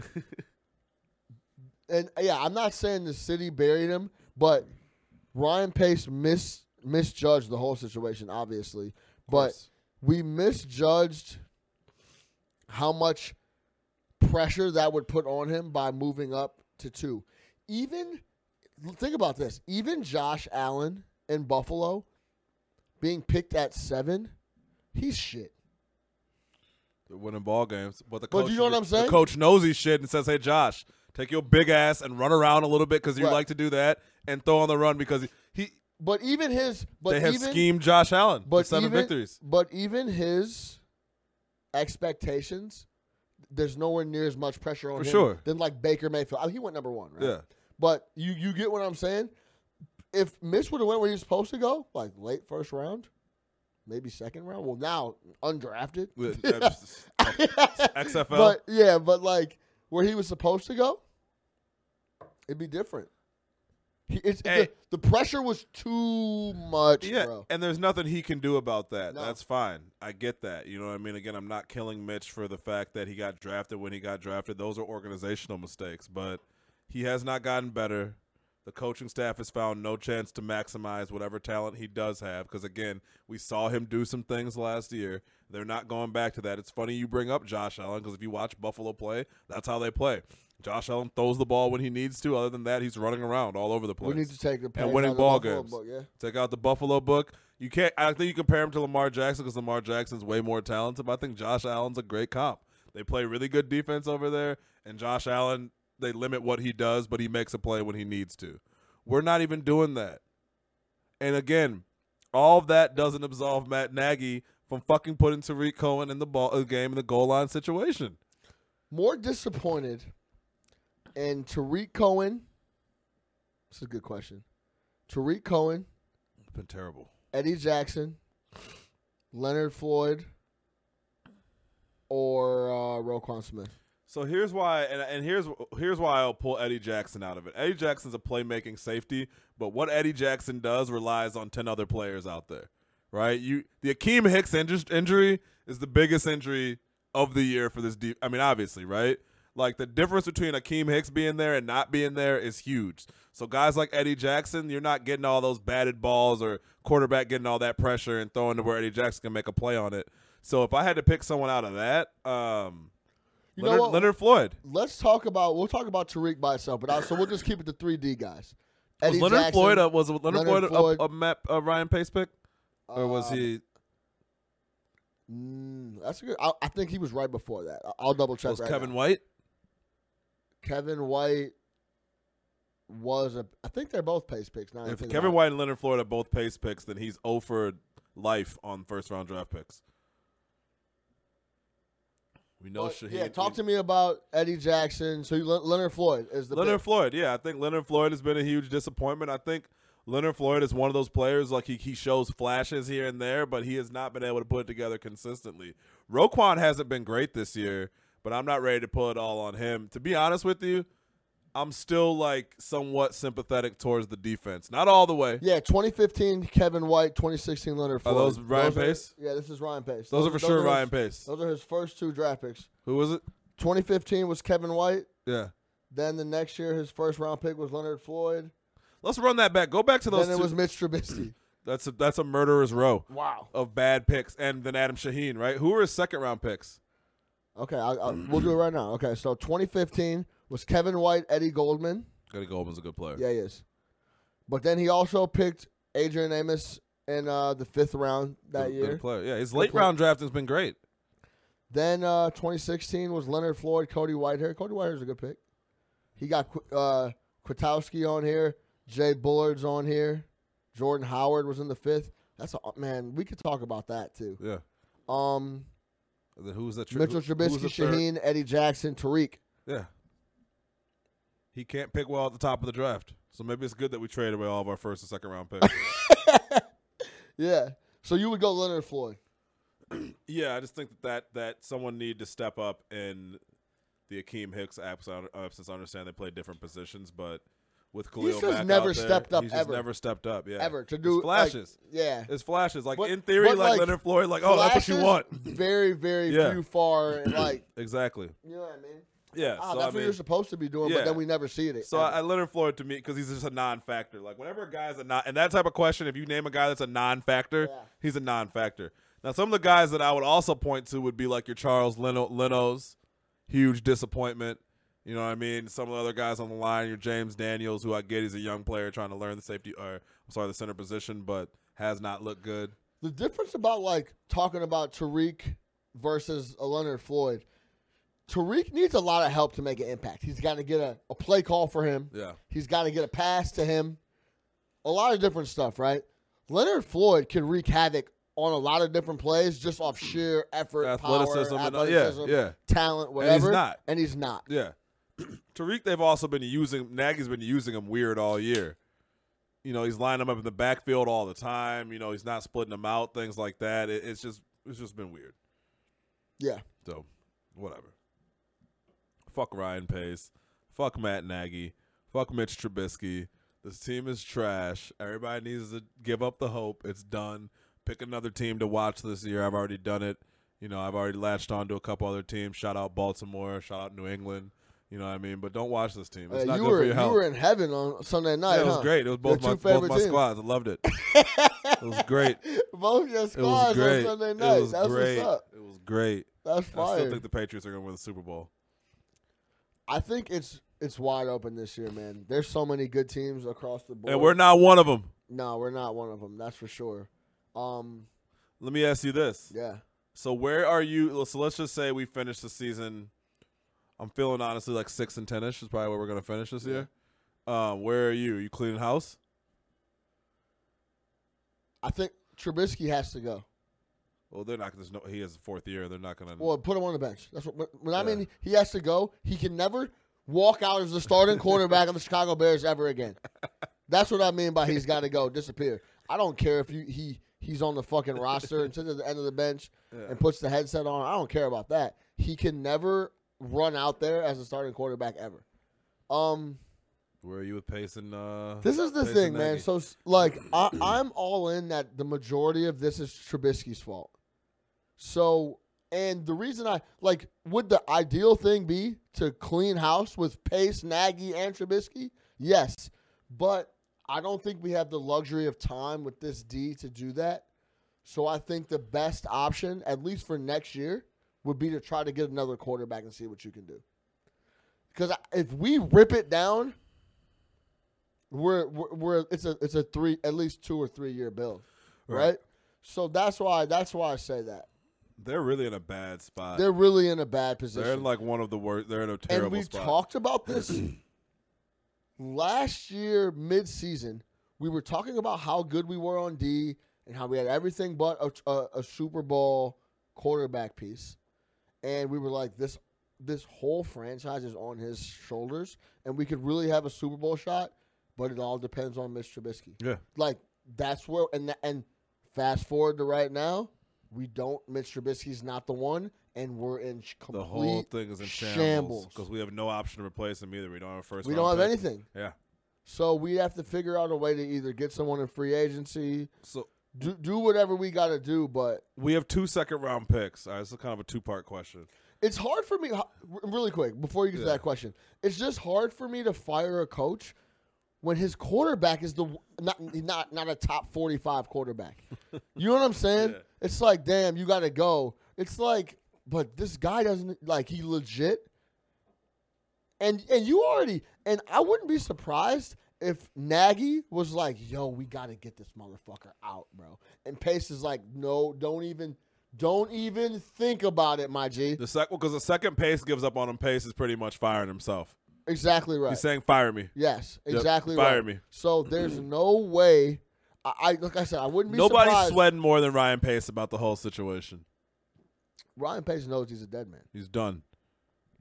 Speaker 2: and yeah, I'm not saying the city buried him, but Ryan Pace mis misjudged the whole situation, obviously. But
Speaker 3: course.
Speaker 2: we misjudged how much pressure that would put on him by moving up to two. Even think about this. Even Josh Allen in Buffalo being picked at seven, he's shit.
Speaker 3: They're winning ball games. But the
Speaker 2: But
Speaker 3: coach,
Speaker 2: you know what I'm saying?
Speaker 3: The coach knows he's shit and says, "Hey, Josh, take your big ass and run around a little bit because you
Speaker 2: Right.
Speaker 3: like to do that and throw on the run because he, he
Speaker 2: But even his but
Speaker 3: they have
Speaker 2: even,
Speaker 3: schemed Josh Allen
Speaker 2: but
Speaker 3: to seven
Speaker 2: even,
Speaker 3: victories.
Speaker 2: But even his expectations, there's nowhere near as much pressure on
Speaker 3: For
Speaker 2: him
Speaker 3: sure.
Speaker 2: than like Baker Mayfield. I mean, he went number one, right?
Speaker 3: Yeah.
Speaker 2: But you you get what I'm saying? If Mitch would have went where he was supposed to go, like late first round, maybe second round. Well, now undrafted.
Speaker 3: Yeah, that's- XFL.
Speaker 2: But yeah, but like where he was supposed to go, it'd be different. He, it's,
Speaker 3: Hey.
Speaker 2: the, the pressure was too much,
Speaker 3: yeah,
Speaker 2: bro.
Speaker 3: and there's nothing he can do about that.
Speaker 2: No.
Speaker 3: That's fine. I get that. You know what I mean? Again, I'm not killing Mitch for the fact that he got drafted when he got drafted. Those are organizational mistakes, but he has not gotten better. The coaching staff has found no chance to maximize whatever talent he does have because again, we saw him do some things last year. They're not going back to that. It's funny you bring up Josh Allen because if you watch Buffalo play, that's how they play. Josh Allen throws the ball when he needs to. Other than that, he's running around all over the place
Speaker 2: We need to take the page
Speaker 3: and
Speaker 2: out
Speaker 3: winning
Speaker 2: of
Speaker 3: ball
Speaker 2: Buffalo
Speaker 3: games.
Speaker 2: book, yeah.
Speaker 3: Take out the Buffalo book. You can't. I think you compare him to Lamar Jackson because Lamar Jackson's way more talented. But I think Josh Allen's a great comp. They play really good defense over there, and Josh Allen they limit what he does, but he makes a play when he needs to. We're not even doing that. And again, all of that doesn't absolve Matt Nagy from fucking putting Tariq Cohen in the ball uh, game in the goal line situation.
Speaker 2: More disappointed in Tariq Cohen. This is a good question. Tariq Cohen,
Speaker 3: It's been terrible.
Speaker 2: Eddie Jackson, Leonard Floyd, or uh, Roquan Smith.
Speaker 3: So here's why, and, and here's here's why I'll pull Eddie Jackson out of it. Eddie Jackson's a playmaking safety, but what Eddie Jackson does relies on ten other players out there, right? You the Akeem Hicks inj- injury is the biggest injury of the year for this. De- I mean, obviously, right? Like the difference between Akeem Hicks being there and not being there is huge. So guys like Eddie Jackson, you're not getting all those batted balls or quarterback getting all that pressure and throwing to where Eddie Jackson can make a play on it. So if I had to pick someone out of that, um,
Speaker 2: You know
Speaker 3: Leonard,
Speaker 2: what?
Speaker 3: Leonard Floyd.
Speaker 2: Let's talk about we'll talk about Tariq by itself, but I, so we'll just keep it to three D guys.
Speaker 3: Was
Speaker 2: Eddie
Speaker 3: Leonard
Speaker 2: Jackson,
Speaker 3: Floyd a, was Leonard,
Speaker 2: Leonard
Speaker 3: Floyd, a-
Speaker 2: Floyd.
Speaker 3: A, a, Matt, a Ryan Pace pick, or was
Speaker 2: uh,
Speaker 3: he
Speaker 2: mm, that's a good. I, I think he was right before that. I- I'll double check.
Speaker 3: was
Speaker 2: right
Speaker 3: Kevin
Speaker 2: now.
Speaker 3: White?
Speaker 2: Kevin White was a. I think they're both pace picks. Now that I
Speaker 3: If
Speaker 2: think about
Speaker 3: Kevin
Speaker 2: it.
Speaker 3: White and Leonard Floyd are both pace picks, then he's 0 for life on first round draft picks. We know
Speaker 2: But,
Speaker 3: Shaheed.
Speaker 2: yeah, talk to me about Eddie Jackson. So you, Le- Leonard Floyd is the
Speaker 3: Leonard
Speaker 2: pick.
Speaker 3: Floyd. Yeah, I think Leonard Floyd has been a huge disappointment. I think Leonard Floyd is one of those players like he, he shows flashes here and there, but he has not been able to put it together consistently. Roquan hasn't been great this year, but I'm not ready to pull it all on him. To be honest with you, I'm still like somewhat sympathetic towards the defense. Not all the way.
Speaker 2: Yeah, 2015 Kevin White, 2016 Leonard
Speaker 3: Are
Speaker 2: Floyd.
Speaker 3: those Ryan
Speaker 2: are-
Speaker 3: Pace?
Speaker 2: yeah, this is Ryan Pace.
Speaker 3: Those are for sure
Speaker 2: his-
Speaker 3: Ryan Pace.
Speaker 2: Those are his first two draft picks.
Speaker 3: Who was it?
Speaker 2: 2015 was Kevin White.
Speaker 3: Yeah.
Speaker 2: Then the next year, his first round pick was Leonard Floyd.
Speaker 3: Let's run that back. Go back to those
Speaker 2: then it
Speaker 3: two.
Speaker 2: was Mitch Trubisky.
Speaker 3: that's a, that's a murderer's row
Speaker 2: wow.
Speaker 3: of bad picks, and then Adam Shaheen, right? Who were his second round picks?
Speaker 2: Okay, I, I, we'll do it right now. Okay, so 2015 was Kevin White, Eddie Goldman.
Speaker 3: Gotta go. Open's a good player.
Speaker 2: Yeah, he is. But then he also picked Adrian Amos in uh, the fifth round that
Speaker 3: Good- good
Speaker 2: year.
Speaker 3: player. Yeah, his late
Speaker 2: player.
Speaker 3: round draft has been great.
Speaker 2: Then uh, 2016 was Leonard Floyd, Cody Whitehair. Cody Whitehair's a good pick. He got Qu- uh, Kwiatkowski on here. Jay Bullard's on here. Jordan Howard was in the fifth. That's a man. We could talk about that too.
Speaker 3: Yeah.
Speaker 2: Um,
Speaker 3: And then who was that? tr-
Speaker 2: Mitchell
Speaker 3: who- who was
Speaker 2: Trubisky,
Speaker 3: the third?
Speaker 2: Shaheen, Eddie Jackson, Tariq.
Speaker 3: Yeah. He can't pick well at the top of the draft, so maybe it's good that we traded away all of our first and second round picks.
Speaker 2: Yeah. So you would go Leonard Floyd.
Speaker 3: yeah, I just think that, that that someone need to step up in the Akeem Hicks abs- absence. I understand they play different positions, but with Khalil
Speaker 2: just
Speaker 3: Mack
Speaker 2: never
Speaker 3: out there,
Speaker 2: stepped up
Speaker 3: he's just
Speaker 2: ever.
Speaker 3: never stepped up. Yeah,
Speaker 2: Ever to
Speaker 3: His
Speaker 2: do like,
Speaker 3: flashes.
Speaker 2: yeah.
Speaker 3: It's flashes. Like
Speaker 2: But-
Speaker 3: in theory,
Speaker 2: but,
Speaker 3: like,
Speaker 2: like,
Speaker 3: Leonard Floyd, like, oh, that's what you
Speaker 2: Flashes,
Speaker 3: want.
Speaker 2: Very, very
Speaker 3: Yeah.
Speaker 2: few far and like
Speaker 3: Exactly.
Speaker 2: you know what I mean.
Speaker 3: Yeah.
Speaker 2: Ah,
Speaker 3: so
Speaker 2: that's
Speaker 3: I
Speaker 2: what
Speaker 3: mean,
Speaker 2: you're supposed to be doing,
Speaker 3: Yeah.
Speaker 2: but then we never see it.
Speaker 3: so
Speaker 2: ever.
Speaker 3: I, I Leonard Floyd to me because he's just a non-factor. Like whenever a guy's a non, and that type of question, if you name a guy that's a non-factor,
Speaker 2: Yeah.
Speaker 3: he's a non-factor. Now some of the guys that I would also point to would be like your Charles Leno, Leno's huge disappointment. You know what I mean? Some of the other guys on the line, your James Daniels, who I get is a young player trying to learn the safety or I'm sorry, the center position, but has not looked good.
Speaker 2: The difference about like talking about Tariq versus a Leonard Floyd, Tariq needs a lot of help to make an impact. He's got to get a, a play call for him.
Speaker 3: Yeah.
Speaker 2: He's got to get a pass to him. A lot of different stuff, right? Leonard Floyd can wreak havoc on a lot of different plays just off sheer effort,
Speaker 3: Athleticism
Speaker 2: power,
Speaker 3: and- yeah,
Speaker 2: athleticism,
Speaker 3: yeah.
Speaker 2: talent,
Speaker 3: he's
Speaker 2: whatever.
Speaker 3: not.
Speaker 2: And he's not.
Speaker 3: Yeah. Tariq, they've also been using Nagy's been using him weird all year. You know, he's lining him up in the backfield all the time. You know, he's not splitting them out, things like that. It, it's just it's just been weird.
Speaker 2: Yeah.
Speaker 3: So, whatever. Fuck Ryan Pace. Fuck Matt Nagy. Fuck Mitch Trubisky. This team is trash. Everybody needs to give up the hope. It's done. Pick another team to watch this year. I've already done it. You know, I've already latched on to a couple other teams. Shout out Baltimore. Shout out New England. You know what I mean? But don't watch this team. It's
Speaker 2: Uh,
Speaker 3: not
Speaker 2: you
Speaker 3: good
Speaker 2: were
Speaker 3: for your
Speaker 2: you
Speaker 3: health.
Speaker 2: were in heaven on Sunday night.
Speaker 3: yeah, it was
Speaker 2: huh?
Speaker 3: great. It was
Speaker 2: Your
Speaker 3: both my,
Speaker 2: two
Speaker 3: both
Speaker 2: favorite
Speaker 3: my
Speaker 2: teams.
Speaker 3: squads. I loved it. it was great.
Speaker 2: Both your
Speaker 3: It was
Speaker 2: squads
Speaker 3: great.
Speaker 2: on Sunday
Speaker 3: It
Speaker 2: night.
Speaker 3: was
Speaker 2: That's
Speaker 3: great.
Speaker 2: what's up.
Speaker 3: It was great.
Speaker 2: That's
Speaker 3: I
Speaker 2: fire.
Speaker 3: still think the Patriots are going to win the Super Bowl.
Speaker 2: I think it's it's wide open this year, man. There's so many good teams across the board.
Speaker 3: And we're not one of them.
Speaker 2: No, we're not one of them. That's for sure. Um,
Speaker 3: Let me ask you this.
Speaker 2: yeah.
Speaker 3: So where are you? So let's just say we finish the season. I'm feeling honestly like six and ten ish is probably where we're gonna finish this year. Um, where are you? You cleaning house?
Speaker 2: I think Trubisky has to go.
Speaker 3: Well, they're not. There's no. He is the fourth year. They're not gonna.
Speaker 2: Well, put him on the bench. That's what when I
Speaker 3: Yeah.
Speaker 2: mean he has to go. He can never walk out as the starting quarterback of the Chicago Bears ever again. That's what I mean by he's got to go, disappear. I don't care if you he he's on the fucking roster and sits at the end of the bench
Speaker 3: Yeah.
Speaker 2: and puts the headset on. I don't care about that. He can never run out there as a starting quarterback ever. Um,
Speaker 3: where are you with Pace and? Uh,
Speaker 2: This is the
Speaker 3: Pace
Speaker 2: thing,
Speaker 3: and
Speaker 2: man.
Speaker 3: Nagy?
Speaker 2: So, s- like, I, I'm all in that the majority of this is Trubisky's fault. So, And the reason I like would the ideal thing be to clean house with Pace, Nagy, and Trubisky? Yes, but I don't think we have the luxury of time with this D to do that. So I think the best option, at least for next year, would be to try to get another quarterback and see what you can do. Because if we rip it down, we're, we're, we're it's a it's a three at least two or three year build,
Speaker 3: Right.
Speaker 2: right? So that's why that's why I say that
Speaker 3: They're really in a bad spot. They're,
Speaker 2: they're really in a bad position.
Speaker 3: in like one of the worst. They're in a terrible
Speaker 2: and we
Speaker 3: spot.
Speaker 2: talked about this last year mid-season. We were talking about how good we were on D and how we had everything but a, a, a Super Bowl quarterback piece, and we were like, this this whole franchise is on his shoulders, and we could really have a Super Bowl shot, but it all depends on Mitch Trubisky.
Speaker 3: yeah,
Speaker 2: Like that's where and tha- and fast forward to right now, we don't. Mitch Trubisky's not the one, and we're in sh- complete.
Speaker 3: the whole thing is in shambles
Speaker 2: shambles.
Speaker 3: because we have no option to replace him either. We don't have a first.
Speaker 2: we don't have
Speaker 3: round pick.
Speaker 2: anything,
Speaker 3: Yeah.
Speaker 2: so we have to figure out a way to either get someone in free agency,
Speaker 3: So
Speaker 2: do do whatever we got to do. But
Speaker 3: we have two second round picks. All right, this is kind of a two part question.
Speaker 2: it's hard for me. ho- r- Really quick before you get to
Speaker 3: Yeah.
Speaker 2: that question, it's just hard for me to fire a coach when his quarterback is the w- not not not a top forty five quarterback. you know what I'm saying?
Speaker 3: Yeah.
Speaker 2: It's like, damn, you got to go. It's like, but this guy doesn't like he legit. And and you already and I wouldn't be surprised if Nagy was like, "Yo, we got to get this motherfucker out, bro." And Pace is like, "No, don't even, don't even think about it, my G."
Speaker 3: The second because the second pace gives up on him. Pace is pretty much firing himself.
Speaker 2: Exactly right.
Speaker 3: He's saying, "Fire me."
Speaker 2: Yes,
Speaker 3: Yep,
Speaker 2: exactly
Speaker 3: fire
Speaker 2: right.
Speaker 3: me.
Speaker 2: So there's no way. I, I like I said, I wouldn't be
Speaker 3: Nobody's
Speaker 2: surprised.
Speaker 3: sweating more than Ryan Pace about the whole situation.
Speaker 2: Ryan Pace knows he's a dead man,
Speaker 3: He's done.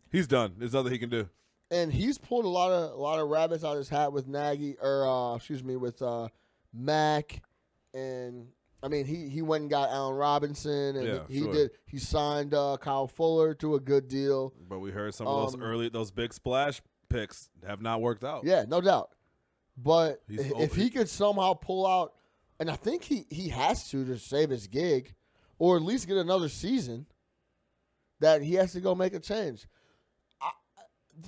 Speaker 3: He's done. There's nothing he can do.
Speaker 2: and he's pulled a lot of a lot of rabbits out of his hat with Nagy or uh, excuse me with uh, Mac, and I mean he he went and got Allen Robinson, and
Speaker 3: Yeah,
Speaker 2: he, he
Speaker 3: sure.
Speaker 2: did he signed uh, Kyle Fuller to a good deal.
Speaker 3: But we heard some of those
Speaker 2: Um,
Speaker 3: early, those big splash picks have not worked out.
Speaker 2: Yeah, no doubt. But
Speaker 3: Oh. He's
Speaker 2: i-
Speaker 3: o-
Speaker 2: if he could somehow pull out, and I think he he has to to save his gig, or at least get another season, that he has to go make a change. I,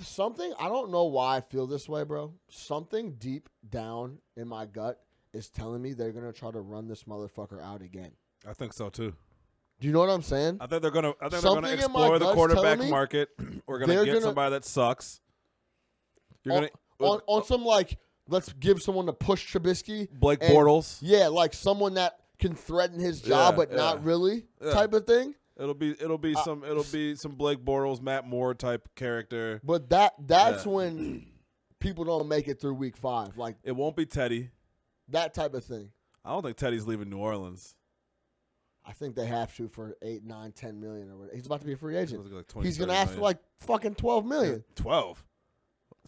Speaker 2: something I don't know why I feel this way, bro. Something deep down in my gut is telling me they're gonna try to run this motherfucker out again.
Speaker 3: I think so too.
Speaker 2: Do you know what I'm saying?
Speaker 3: I think they're gonna. I think
Speaker 2: Something
Speaker 3: they're
Speaker 2: in
Speaker 3: gonna
Speaker 2: my
Speaker 3: explore the
Speaker 2: gut's
Speaker 3: quarterback
Speaker 2: telling me
Speaker 3: market. We're gonna
Speaker 2: they're
Speaker 3: get
Speaker 2: gonna-
Speaker 3: somebody that sucks. You're
Speaker 2: on,
Speaker 3: gonna uh,
Speaker 2: on, on some like, let's give someone to push Trubisky.
Speaker 3: Blake
Speaker 2: and-
Speaker 3: Bortles.
Speaker 2: Yeah, like someone that can threaten his job
Speaker 3: Yeah,
Speaker 2: but not
Speaker 3: yeah.
Speaker 2: really
Speaker 3: Yeah.
Speaker 2: type of thing.
Speaker 3: It'll be it'll be some it'll be some Blake Bortles, Matt Moore type character.
Speaker 2: But that that's
Speaker 3: Yeah.
Speaker 2: when people don't make it through week five, like
Speaker 3: It won't be Teddy.
Speaker 2: that type of thing.
Speaker 3: I don't think Teddy's leaving New Orleans.
Speaker 2: I think they have to for eight, nine, ten million or whatever. He's about to be a free agent.
Speaker 3: Like 20,
Speaker 2: He's gonna
Speaker 3: 30
Speaker 2: ask for
Speaker 3: million.
Speaker 2: like fucking twelve million.
Speaker 3: twelve.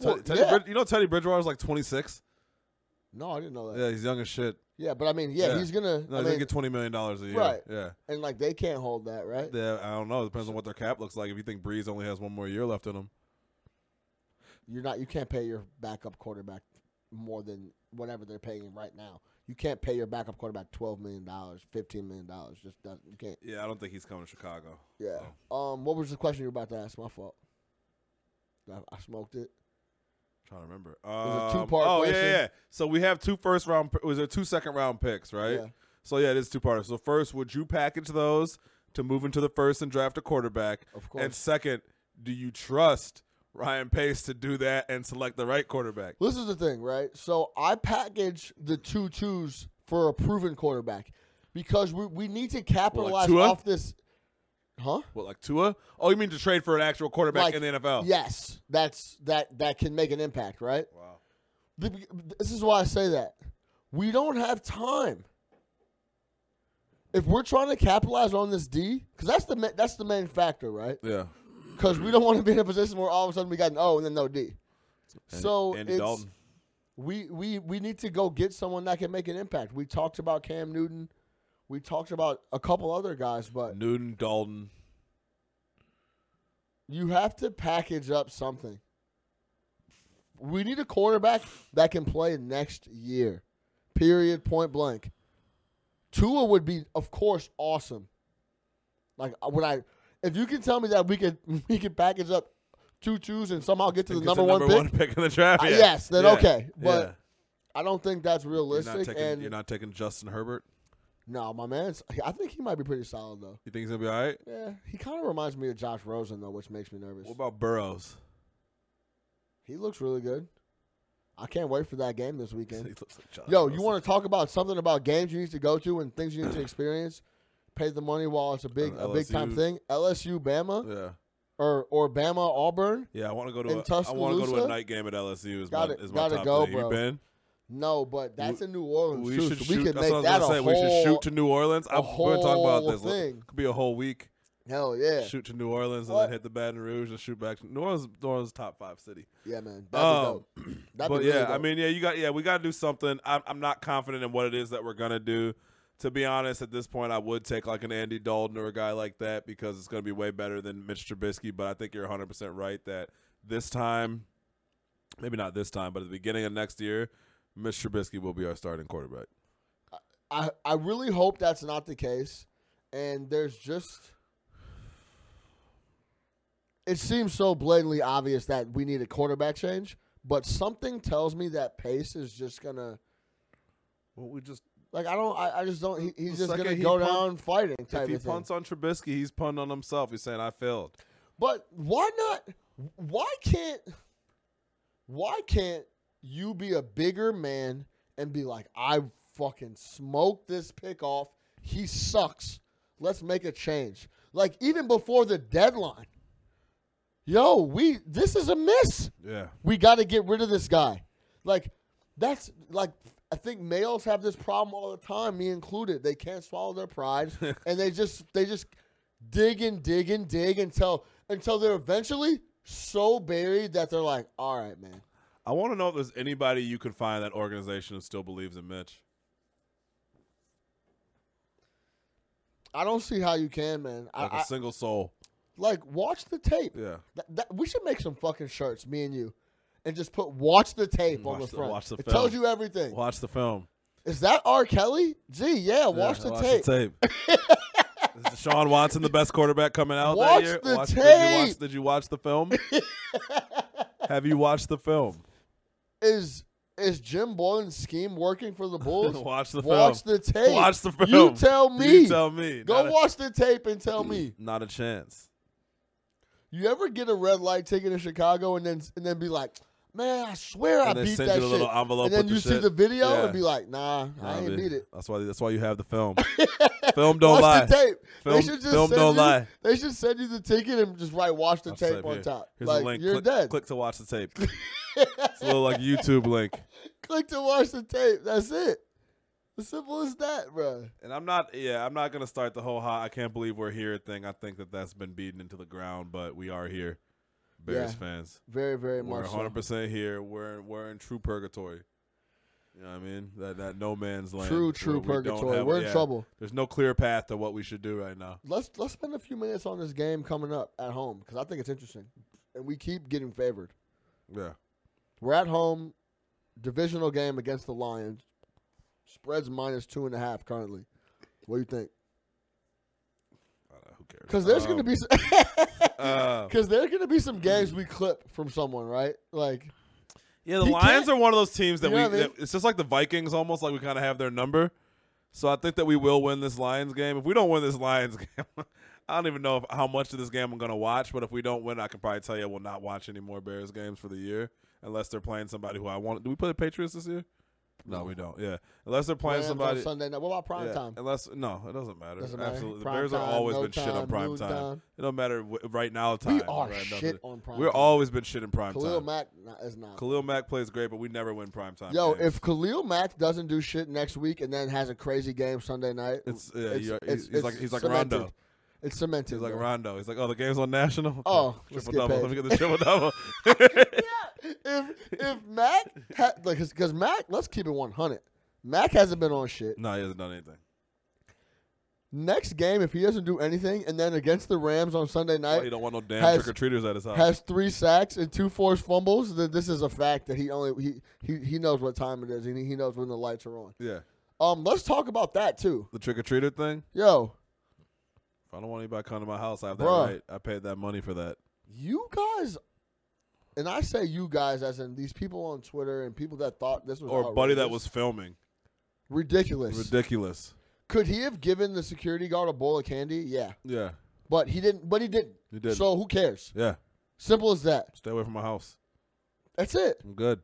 Speaker 2: Well,
Speaker 3: Teddy, Teddy
Speaker 2: yeah.
Speaker 3: Brid- you know Teddy Bridgewater's like twenty six.
Speaker 2: No, I didn't know that. Yeah,
Speaker 3: Yeah, he's young as shit.
Speaker 2: but I mean, yeah,
Speaker 3: Yeah.
Speaker 2: he's gonna. I
Speaker 3: No, he's
Speaker 2: mean,
Speaker 3: gonna get twenty million dollars a year.
Speaker 2: Right.
Speaker 3: Yeah.
Speaker 2: and like they can't hold that, right?
Speaker 3: Yeah, I don't know. It depends on what their cap looks like. If you think Breeze only has one more year left in him,
Speaker 2: You're not. You can't pay your backup quarterback more than whatever they're paying him right now. You can't pay your backup quarterback twelve million dollars, fifteen million dollars. Just doesn't. You can't.
Speaker 3: yeah, I don't think he's coming to Chicago.
Speaker 2: Yeah.
Speaker 3: Oh.
Speaker 2: Um. What was the question you were about to ask? My fault. I, I smoked it.
Speaker 3: trying to remember.
Speaker 2: was a
Speaker 3: Um,
Speaker 2: two-part
Speaker 3: Oh yeah,
Speaker 2: question.
Speaker 3: yeah. So we have two first round. p- Was there two second round picks, right?
Speaker 2: Yeah.
Speaker 3: So yeah, it is two parters. So first, would you package those to move into the first and draft a quarterback?
Speaker 2: Of course.
Speaker 3: And second, do you trust Ryan Pace to do that and select the right quarterback?
Speaker 2: This is the thing, right? So I package the two twos for a proven quarterback because we, we need to capitalize
Speaker 3: Tua?
Speaker 2: off this. Huh?
Speaker 3: What like Tua? Oh, you mean to trade for an actual quarterback
Speaker 2: Like,
Speaker 3: in the NFL?
Speaker 2: Yes, that's that that can make an impact, right?
Speaker 3: Wow.
Speaker 2: The- This is why I say that we don't have time. If we're trying to capitalize on this D, because that's the ma- that's the main factor, right?
Speaker 3: Yeah.
Speaker 2: Because we don't want to be in a position where all of a sudden we got an O and then no D. So
Speaker 3: Andy
Speaker 2: it's,
Speaker 3: Dalton.
Speaker 2: we we we need to go get someone that can make an impact. We talked about Cam Newton. We talked about a couple other guys, but
Speaker 3: Newton Dalton.
Speaker 2: you have to package up something. We need a quarterback that can play next year. Period. Point blank. Tua would be, of course, awesome. Like when I If you can tell me that we could we could package up two twos and somehow get to the
Speaker 3: It's
Speaker 2: number,
Speaker 3: number
Speaker 2: one
Speaker 3: one
Speaker 2: pick,
Speaker 3: pick in the draft.
Speaker 2: Uh,
Speaker 3: yeah.
Speaker 2: yes, then
Speaker 3: Yeah.
Speaker 2: okay. But
Speaker 3: Yeah.
Speaker 2: I don't think that's
Speaker 3: you're not
Speaker 2: realistic.
Speaker 3: taking
Speaker 2: and
Speaker 3: you're not taking Justin Herbert.
Speaker 2: no, my man's. I think he might be pretty solid though.
Speaker 3: You think he's gonna be all right?
Speaker 2: Yeah, he kind of reminds me of Josh Rosen though, which makes me nervous.
Speaker 3: What about Burrows?
Speaker 2: He looks really good. I can't wait for that game this weekend.
Speaker 3: looks like Josh
Speaker 2: Yo, you
Speaker 3: Rosen.
Speaker 2: want to talk about something about games you need to go to and things you need to experience? Pay the money while it's a big
Speaker 3: Uh,
Speaker 2: a big time
Speaker 3: LSU.
Speaker 2: thing. LSU Bama
Speaker 3: Yeah,
Speaker 2: or or Bama Auburn?
Speaker 3: yeah. I want to go
Speaker 2: In
Speaker 3: to. A, I want to go to
Speaker 2: Tuscaloosa?
Speaker 3: a night game at LSU. Is
Speaker 2: Gotta-
Speaker 3: my, is my
Speaker 2: gotta
Speaker 3: top
Speaker 2: go,
Speaker 3: thing. You
Speaker 2: bro.
Speaker 3: been?
Speaker 2: No, but that's
Speaker 3: We-
Speaker 2: in New Orleans
Speaker 3: We
Speaker 2: too,
Speaker 3: should
Speaker 2: so
Speaker 3: shoot.
Speaker 2: we could
Speaker 3: that's
Speaker 2: make
Speaker 3: what I was
Speaker 2: that a
Speaker 3: gonna say.
Speaker 2: whole.
Speaker 3: we should shoot to New Orleans.
Speaker 2: a
Speaker 3: I've been talking about
Speaker 2: whole
Speaker 3: this. Look,
Speaker 2: thing.
Speaker 3: Could be a whole week.
Speaker 2: Hell yeah,
Speaker 3: Shoot to New Orleans and
Speaker 2: What?
Speaker 3: then hit the Baton Rouge and shoot back. to New Orleans, New Orleans, is top five city.
Speaker 2: yeah, man. That'd be
Speaker 3: Um,
Speaker 2: dope. That'd
Speaker 3: but
Speaker 2: be really
Speaker 3: yeah, I
Speaker 2: dope.
Speaker 3: mean, yeah, you got yeah, we got to do something. I'm, I'm not confident in what it is that we're gonna do. To be honest, at this point, I would take like an Andy Dalton or a guy like that because it's gonna be way better than Mitch Trubisky. But I think you're 100 percent right that this time, maybe not this time, but at the beginning of next year, Mitch Trubisky will be our starting quarterback.
Speaker 2: I I really hope that's not the case, and there's just. It seems so blatantly obvious that we need a quarterback change, but something tells me that Pace is just gonna
Speaker 3: Well, we just
Speaker 2: like I don't I, I just don't he, he's
Speaker 3: The
Speaker 2: just gonna
Speaker 3: second he
Speaker 2: go
Speaker 3: punt-
Speaker 2: down fighting type
Speaker 3: if he
Speaker 2: of thing.
Speaker 3: punts on Trubisky, he's punting on himself. He's saying I failed.
Speaker 2: But why not? Why can't? Why can't you be a bigger man and be like, I fucking smoked this pick off. He sucks. Let's make a change. Like even before the deadline. Yo, we this is a miss.
Speaker 3: Yeah,
Speaker 2: We got to get rid of this guy. Like that's like I think males have this problem all the time, me included. They can't swallow their pride, and they just they just dig and dig and dig until until they're eventually so buried that they're like, all right, man.
Speaker 3: I want to know if there's anybody you can find that organization who still believes in Mitch.
Speaker 2: I don't see how you can, man. I,
Speaker 3: Like a
Speaker 2: I-
Speaker 3: single soul.
Speaker 2: like watch the tape.
Speaker 3: Yeah.
Speaker 2: That, that, we should make some fucking shirts, me and you, and just put "Watch the tape" on
Speaker 3: Watch
Speaker 2: the
Speaker 3: the-
Speaker 2: front.
Speaker 3: watch the
Speaker 2: it tells
Speaker 3: film.
Speaker 2: you everything.
Speaker 3: Watch the film.
Speaker 2: Is that R. Kelly? Gee, yeah. Watch
Speaker 3: Yeah,
Speaker 2: the tape.
Speaker 3: tape. Is Deshaun Watson the best quarterback coming out
Speaker 2: Watch
Speaker 3: that year?
Speaker 2: the
Speaker 3: Did you watch,
Speaker 2: tape.
Speaker 3: did you watch the film? Have you watched the film?
Speaker 2: is is Jim Boylan's scheme working for the Bulls?
Speaker 3: watch the film.
Speaker 2: watch the tape.
Speaker 3: Watch the film.
Speaker 2: You tell me.
Speaker 3: You tell me.
Speaker 2: Go
Speaker 3: not
Speaker 2: watch the tape and tell
Speaker 3: A,
Speaker 2: me.
Speaker 3: not a chance.
Speaker 2: You ever get a red light ticket in Chicago and then and then be like, man, I swear
Speaker 3: And
Speaker 2: I
Speaker 3: they
Speaker 2: beat
Speaker 3: send
Speaker 2: that
Speaker 3: you a
Speaker 2: shit.
Speaker 3: little envelope
Speaker 2: and then
Speaker 3: with
Speaker 2: you
Speaker 3: the
Speaker 2: see
Speaker 3: shit.
Speaker 2: the video
Speaker 3: Yeah.
Speaker 2: and be like, nah, I
Speaker 3: Nah,
Speaker 2: ain't
Speaker 3: dude.
Speaker 2: beat it.
Speaker 3: That's why. That's why you have the film. film don't
Speaker 2: watch
Speaker 3: lie.
Speaker 2: the tape.
Speaker 3: Film-
Speaker 2: they should just
Speaker 3: film
Speaker 2: send
Speaker 3: don't
Speaker 2: you,
Speaker 3: lie.
Speaker 2: They should send you the ticket and just write "watch the
Speaker 3: Watch the
Speaker 2: tape"
Speaker 3: tape
Speaker 2: on
Speaker 3: here.
Speaker 2: top.
Speaker 3: Here's
Speaker 2: like
Speaker 3: a link.
Speaker 2: you're
Speaker 3: click,
Speaker 2: dead.
Speaker 3: click to watch the tape. it's a little like YouTube link.
Speaker 2: Click to watch the tape. That's it. As simple as that, bro.
Speaker 3: And I'm not, yeah, I'm not gonna start the whole "ha, I can't believe we're here" thing. I think that that's been beaten into the ground, but we are here, Bears
Speaker 2: Yeah.
Speaker 3: fans.
Speaker 2: Very, very
Speaker 3: We're
Speaker 2: much. so.
Speaker 3: 100 percent here. We're we're in true purgatory. You know what I mean? That that no man's land.
Speaker 2: True,
Speaker 3: where
Speaker 2: true
Speaker 3: we don't
Speaker 2: purgatory.
Speaker 3: have-
Speaker 2: We're in
Speaker 3: yeah.
Speaker 2: trouble.
Speaker 3: There's no clear path to what we should do right now.
Speaker 2: Let's let's spend a few minutes on this game coming up at home because I think it's interesting, and we keep getting favored.
Speaker 3: Yeah,
Speaker 2: We're at home, divisional game against the Lions. Spreads minus two and a half currently. What do you think?
Speaker 3: I don't know, who cares?
Speaker 2: Because there's
Speaker 3: Um,
Speaker 2: gonna be
Speaker 3: uh,
Speaker 2: because there's gonna be some games we clip from someone, right? Like
Speaker 3: yeah, the
Speaker 2: He
Speaker 3: Lions
Speaker 2: can't-
Speaker 3: are one of those teams that
Speaker 2: You know what
Speaker 3: we.
Speaker 2: I mean?
Speaker 3: that- it's just like the Vikings, almost like we kind of have their number. So I think that we will win this Lions game. If we don't win this Lions game, I don't even know if, how much of this game I'm going to watch. But if we don't win, I can probably tell you I will not watch any more Bears games for the year unless they're playing somebody who I want. Do we play the Patriots this year? No, we don't. Yeah, unless they're playing
Speaker 2: Rams on
Speaker 3: somebody.
Speaker 2: Sunday night. What about prime
Speaker 3: yeah,
Speaker 2: time?
Speaker 3: Unless no, it doesn't matter.
Speaker 2: Doesn't matter.
Speaker 3: Absolutely,
Speaker 2: Prime
Speaker 3: the Bears
Speaker 2: time,
Speaker 3: have always
Speaker 2: no
Speaker 3: been shit on
Speaker 2: time,
Speaker 3: prime
Speaker 2: noon
Speaker 3: time.
Speaker 2: time.
Speaker 3: It don't matter wh- right now. Time
Speaker 2: We are
Speaker 3: right, nothing.
Speaker 2: shit on prime.
Speaker 3: We're
Speaker 2: time.
Speaker 3: always been shit in prime
Speaker 2: Khalil
Speaker 3: time.
Speaker 2: Mack nah, is not.
Speaker 3: Khalil Mack plays great, but we never win prime time.
Speaker 2: Yo,
Speaker 3: games.
Speaker 2: if Khalil Mack doesn't do shit next week and then has a crazy game Sunday night,
Speaker 3: it's, yeah,
Speaker 2: it's-
Speaker 3: you're-
Speaker 2: it's-
Speaker 3: he's, he's like
Speaker 2: it's
Speaker 3: he's like
Speaker 2: cemented.
Speaker 3: Rondo.
Speaker 2: It's cemented.
Speaker 3: He's like
Speaker 2: bro.
Speaker 3: Rondo. He's like, oh, the game's on national.
Speaker 2: Oh, let's
Speaker 3: triple
Speaker 2: get
Speaker 3: double. Let me
Speaker 2: paid.
Speaker 3: get the triple double.
Speaker 2: if if Mac ha- like because Mac, let's keep it one hundred. Mac hasn't been on shit.
Speaker 3: no, he hasn't done anything.
Speaker 2: Next game, if he doesn't do anything, and then against the Rams on Sunday
Speaker 3: Well, he
Speaker 2: night
Speaker 3: don't want no damn
Speaker 2: has-
Speaker 3: trick or treaters at his house.
Speaker 2: has three sacks and two forced fumbles, then this is a fact that he only he he, he knows what time it is and he knows when the lights are on.
Speaker 3: yeah,
Speaker 2: Um, let's talk about that too,
Speaker 3: the trick or treater thing.
Speaker 2: yo.
Speaker 3: I don't want anybody coming to my house, I have that
Speaker 2: Bruh.
Speaker 3: right. I paid that money for that.
Speaker 2: You guys, and I say you guys as in these people on Twitter and people that thought this was
Speaker 3: Or buddy that
Speaker 2: outrageous.
Speaker 3: was filming.
Speaker 2: ridiculous.
Speaker 3: Ridiculous.
Speaker 2: Could he have given the security guard a bowl of candy? Yeah,
Speaker 3: Yeah.
Speaker 2: but he didn't. But he didn't.
Speaker 3: He didn't.
Speaker 2: So who cares?
Speaker 3: Yeah.
Speaker 2: Simple as that.
Speaker 3: Stay away from my house.
Speaker 2: That's it.
Speaker 3: I'm good.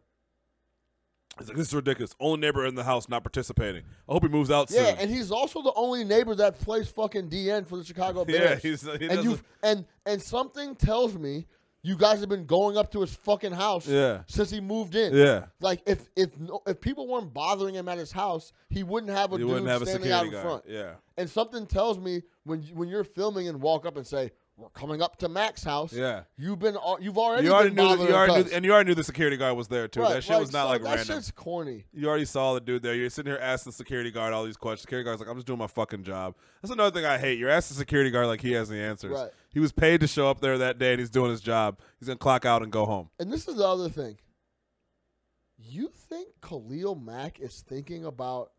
Speaker 3: It's like this is ridiculous. Only neighbor in the house not participating. I hope he moves out
Speaker 2: Yeah,
Speaker 3: soon.
Speaker 2: and he's also the only neighbor that plays fucking DN for the Chicago Bears.
Speaker 3: yeah, he's, he
Speaker 2: and you
Speaker 3: doesn't.
Speaker 2: and and something tells me you guys have been going up to his fucking house
Speaker 3: Yeah.
Speaker 2: since he moved in.
Speaker 3: Yeah.
Speaker 2: Like if if no, if people weren't bothering him at his house, he wouldn't have a
Speaker 3: He
Speaker 2: dude
Speaker 3: wouldn't have a
Speaker 2: standing out
Speaker 3: security
Speaker 2: in
Speaker 3: guy.
Speaker 2: front.
Speaker 3: Yeah.
Speaker 2: And something tells me when you, when you're filming and walk up and say we're coming up to Mac's house.
Speaker 3: Yeah.
Speaker 2: You've been al- you've already
Speaker 3: You already
Speaker 2: been
Speaker 3: knew,
Speaker 2: bothering
Speaker 3: you already
Speaker 2: us.
Speaker 3: knew, and you already knew the security guard was there too.
Speaker 2: Right,
Speaker 3: that shit was not
Speaker 2: so
Speaker 3: like
Speaker 2: that
Speaker 3: random.
Speaker 2: shit's corny.
Speaker 3: You already saw the dude there. You're sitting here asking the security guard all these questions. Security guard's like, I'm just doing my fucking job. That's another thing I hate. You're asking the security guard like he has the answers.
Speaker 2: Right.
Speaker 3: He was paid to show up there that day and he's doing his job. He's gonna clock out and go home.
Speaker 2: And this is the other thing. You think Khalil Mack is thinking about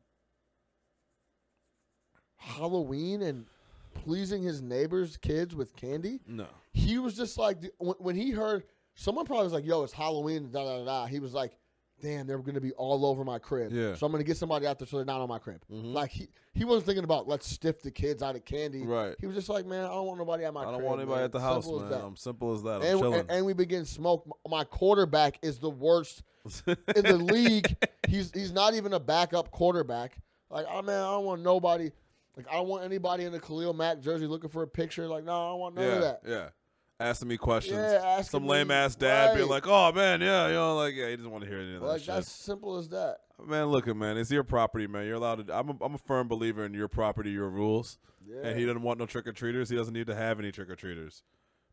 Speaker 2: Halloween and pleasing his neighbors' kids with candy?
Speaker 3: No.
Speaker 2: He was just like, when when he heard, someone probably was like, yo, it's Halloween, da da da. da. He was like, damn, they're going to be all over my crib.
Speaker 3: Yeah. Mm-hmm.
Speaker 2: So I'm going to get somebody out there so they're not on my crib. Like, he, he wasn't thinking about, let's stiff the kids out of candy.
Speaker 3: Right.
Speaker 2: He was just like, man, I don't want nobody at my
Speaker 3: I
Speaker 2: crib.
Speaker 3: don't want anybody
Speaker 2: man.
Speaker 3: at the house,
Speaker 2: Simple as
Speaker 3: man.
Speaker 2: that
Speaker 3: I'm simple as that. I'm
Speaker 2: and,
Speaker 3: chilling.
Speaker 2: and, and we begin smoke. M- My quarterback is the worst in the league. He's he's not even a backup quarterback. Like, oh man, I don't want nobody. Like, I don't want anybody in the Khalil Mack jersey looking for a picture. Like, no, I don't want none
Speaker 3: yeah,
Speaker 2: of that.
Speaker 3: yeah. Asking me questions.
Speaker 2: Yeah, asking
Speaker 3: Some
Speaker 2: me-
Speaker 3: lame ass dad being
Speaker 2: right.
Speaker 3: like, "Oh man, yeah, you know, like, yeah, he doesn't want to hear any of that
Speaker 2: Like,
Speaker 3: shit."
Speaker 2: that's simple as that.
Speaker 3: Man, look at man. It's your property, man. You're allowed to. I'm a, I'm a firm believer in your property, your rules. And he
Speaker 2: Yeah.
Speaker 3: doesn't want no trick or treaters. He doesn't need to have any trick or treaters.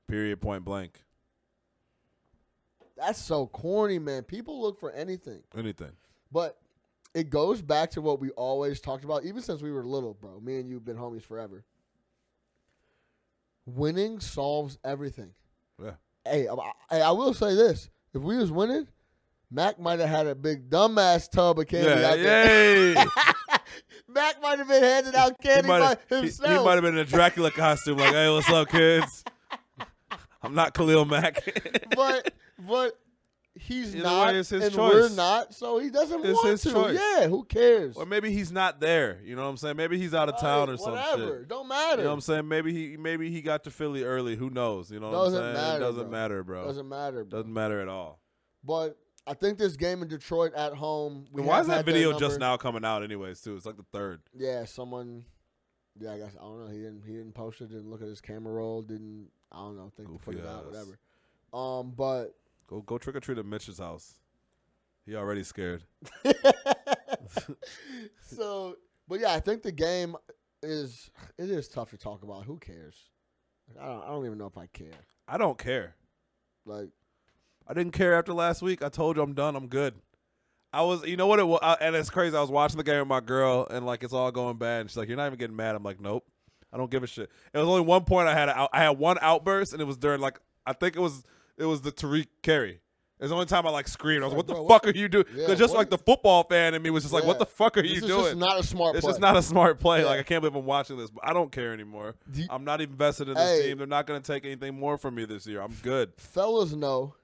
Speaker 3: Period. Point blank.
Speaker 2: That's so corny, man. People look for anything,
Speaker 3: Anything.
Speaker 2: but it goes back to what we always talked about, even since we were little, bro. Me and you've been homies forever. Winning solves everything.
Speaker 3: Yeah.
Speaker 2: Hey, I, I- I will say this: if we was winning, Mac might have had a big dumbass tub of candy
Speaker 3: Yeah.
Speaker 2: out there.
Speaker 3: Yay.
Speaker 2: Mac might have been handing out
Speaker 3: he
Speaker 2: candy by
Speaker 3: might he,
Speaker 2: himself.
Speaker 3: might have been in a Dracula costume. Like, hey, what's up, kids? I'm not Khalil Mack.
Speaker 2: but but he's
Speaker 3: Either
Speaker 2: not,
Speaker 3: way, it's his
Speaker 2: and
Speaker 3: choice.
Speaker 2: we're not, so he doesn't
Speaker 3: It's
Speaker 2: want
Speaker 3: his
Speaker 2: to.
Speaker 3: choice.
Speaker 2: Yeah, who cares?
Speaker 3: or maybe he's not there. You know what I'm saying? Maybe he's out of
Speaker 2: Like,
Speaker 3: town or some
Speaker 2: whatever.
Speaker 3: shit.
Speaker 2: Don't matter.
Speaker 3: You know what I'm saying? Maybe he maybe he got to Philly early. Who knows? You know what I'm
Speaker 2: Doesn't
Speaker 3: saying?
Speaker 2: matter,
Speaker 3: it doesn't
Speaker 2: bro.
Speaker 3: matter, bro. Doesn't,
Speaker 2: Doesn't matter. Bro.
Speaker 3: matter at all.
Speaker 2: But I think this game in Detroit at home. we
Speaker 3: And why
Speaker 2: have
Speaker 3: is
Speaker 2: had
Speaker 3: that
Speaker 2: their
Speaker 3: video
Speaker 2: number.
Speaker 3: just now coming out anyways, too? It's like the third.
Speaker 2: Yeah, someone. Yeah, I guess I don't know. He didn't. He didn't post it. Didn't look at his camera roll. Didn't. I don't know. Think to put it
Speaker 3: Goofy
Speaker 2: out.
Speaker 3: ass.
Speaker 2: Whatever. Um, but
Speaker 3: Go go trick or treat at Mitch's house. He already scared.
Speaker 2: so, but yeah, I think the game is it is tough to talk about. Who cares? I don't. I don't even know if I care.
Speaker 3: I don't care.
Speaker 2: Like,
Speaker 3: I didn't care after last week. I told you I'm done. I'm good. I was, you know what it was, and it's crazy. I was watching the game with my girl, and like it's all going bad. And she's like, "You're not even getting mad." I'm like, "Nope, I don't give a shit." It was only one point I had. A, out- I had one outburst, and it was during like I think it was it was the Tariq Carey. It's the only time I like screamed. I was,
Speaker 2: Like,
Speaker 3: "What the
Speaker 2: bro,
Speaker 3: fuck
Speaker 2: what-
Speaker 3: are you doing?" 'Cause
Speaker 2: Yeah,
Speaker 3: just
Speaker 2: what-
Speaker 3: like the football fan in me was just like, "What
Speaker 2: yeah,
Speaker 3: the fuck are
Speaker 2: this
Speaker 3: you
Speaker 2: is
Speaker 3: doing?"
Speaker 2: Just not a smart.
Speaker 3: it's
Speaker 2: play.
Speaker 3: just not a smart play.
Speaker 2: Yeah.
Speaker 3: Like I can't believe I'm watching this, but I don't care anymore.
Speaker 2: Do you-
Speaker 3: I'm not invested in this
Speaker 2: Hey.
Speaker 3: team. They're not going to take anything more from me this year. I'm good.
Speaker 2: fellas know,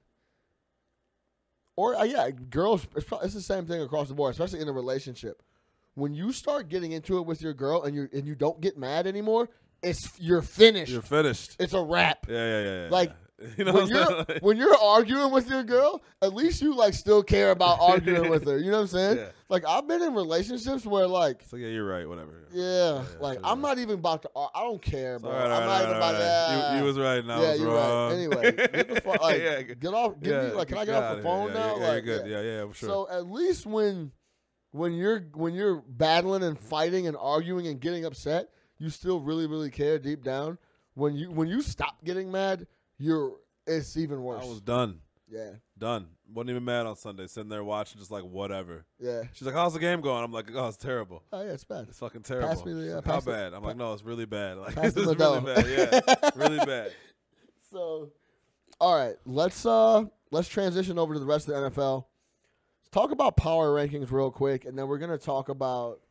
Speaker 2: or uh, yeah, girls. It's, prob- it's the same thing across the board, especially in a relationship. When you start getting into it with your girl and you and you don't get mad anymore, it's you're finished.
Speaker 3: You're finished.
Speaker 2: it's a wrap.
Speaker 3: Yeah, yeah, yeah. yeah
Speaker 2: Like,
Speaker 3: yeah. you know
Speaker 2: when
Speaker 3: what I'm
Speaker 2: you're
Speaker 3: saying? Like,
Speaker 2: when you're arguing with your girl, at least you like still care about arguing with her. You know what I'm saying?
Speaker 3: Yeah.
Speaker 2: Like I've been in relationships where like.
Speaker 3: it's like, yeah, you're right. Whatever.
Speaker 2: Yeah, like
Speaker 3: sure.
Speaker 2: I'm not even about to. ar- I don't care,
Speaker 3: It's all
Speaker 2: bro.
Speaker 3: right, all
Speaker 2: I'm
Speaker 3: right,
Speaker 2: not
Speaker 3: all
Speaker 2: even
Speaker 3: right,
Speaker 2: about
Speaker 3: all
Speaker 2: that.
Speaker 3: right. You, you was right. and I
Speaker 2: yeah,
Speaker 3: was
Speaker 2: you're
Speaker 3: wrong.
Speaker 2: right. Anyway, get the fuck, like,
Speaker 3: yeah,
Speaker 2: get off. Give
Speaker 3: yeah,
Speaker 2: me like, can I get
Speaker 3: get
Speaker 2: off the
Speaker 3: outta here.
Speaker 2: phone
Speaker 3: yeah,
Speaker 2: now?
Speaker 3: Yeah, yeah,
Speaker 2: like,
Speaker 3: you're good.
Speaker 2: yeah.
Speaker 3: Yeah, yeah, I'm sure.
Speaker 2: So at least when when you're when you're battling and fighting and arguing and getting upset, you still really really care deep down. When you when you stop getting mad, you're it's even worse.
Speaker 3: I was done.
Speaker 2: yeah,
Speaker 3: Done. Wasn't even mad on Sunday. Sitting there watching, just like whatever.
Speaker 2: yeah.
Speaker 3: She's like, "How's the game going?" I'm like, "Oh, it's terrible."
Speaker 2: Oh yeah, it's bad.
Speaker 3: It's fucking terrible.
Speaker 2: me the,
Speaker 3: She's
Speaker 2: uh,
Speaker 3: like, How
Speaker 2: pass the-
Speaker 3: bad? I'm like, no, it's really bad. Like,
Speaker 2: pass
Speaker 3: this
Speaker 2: the
Speaker 3: is really
Speaker 2: Modelo.
Speaker 3: bad. Yeah, really bad.
Speaker 2: So, all right, let's uh let's transition over to the rest of the NFL. Let's talk about power rankings real quick, and then we're gonna talk about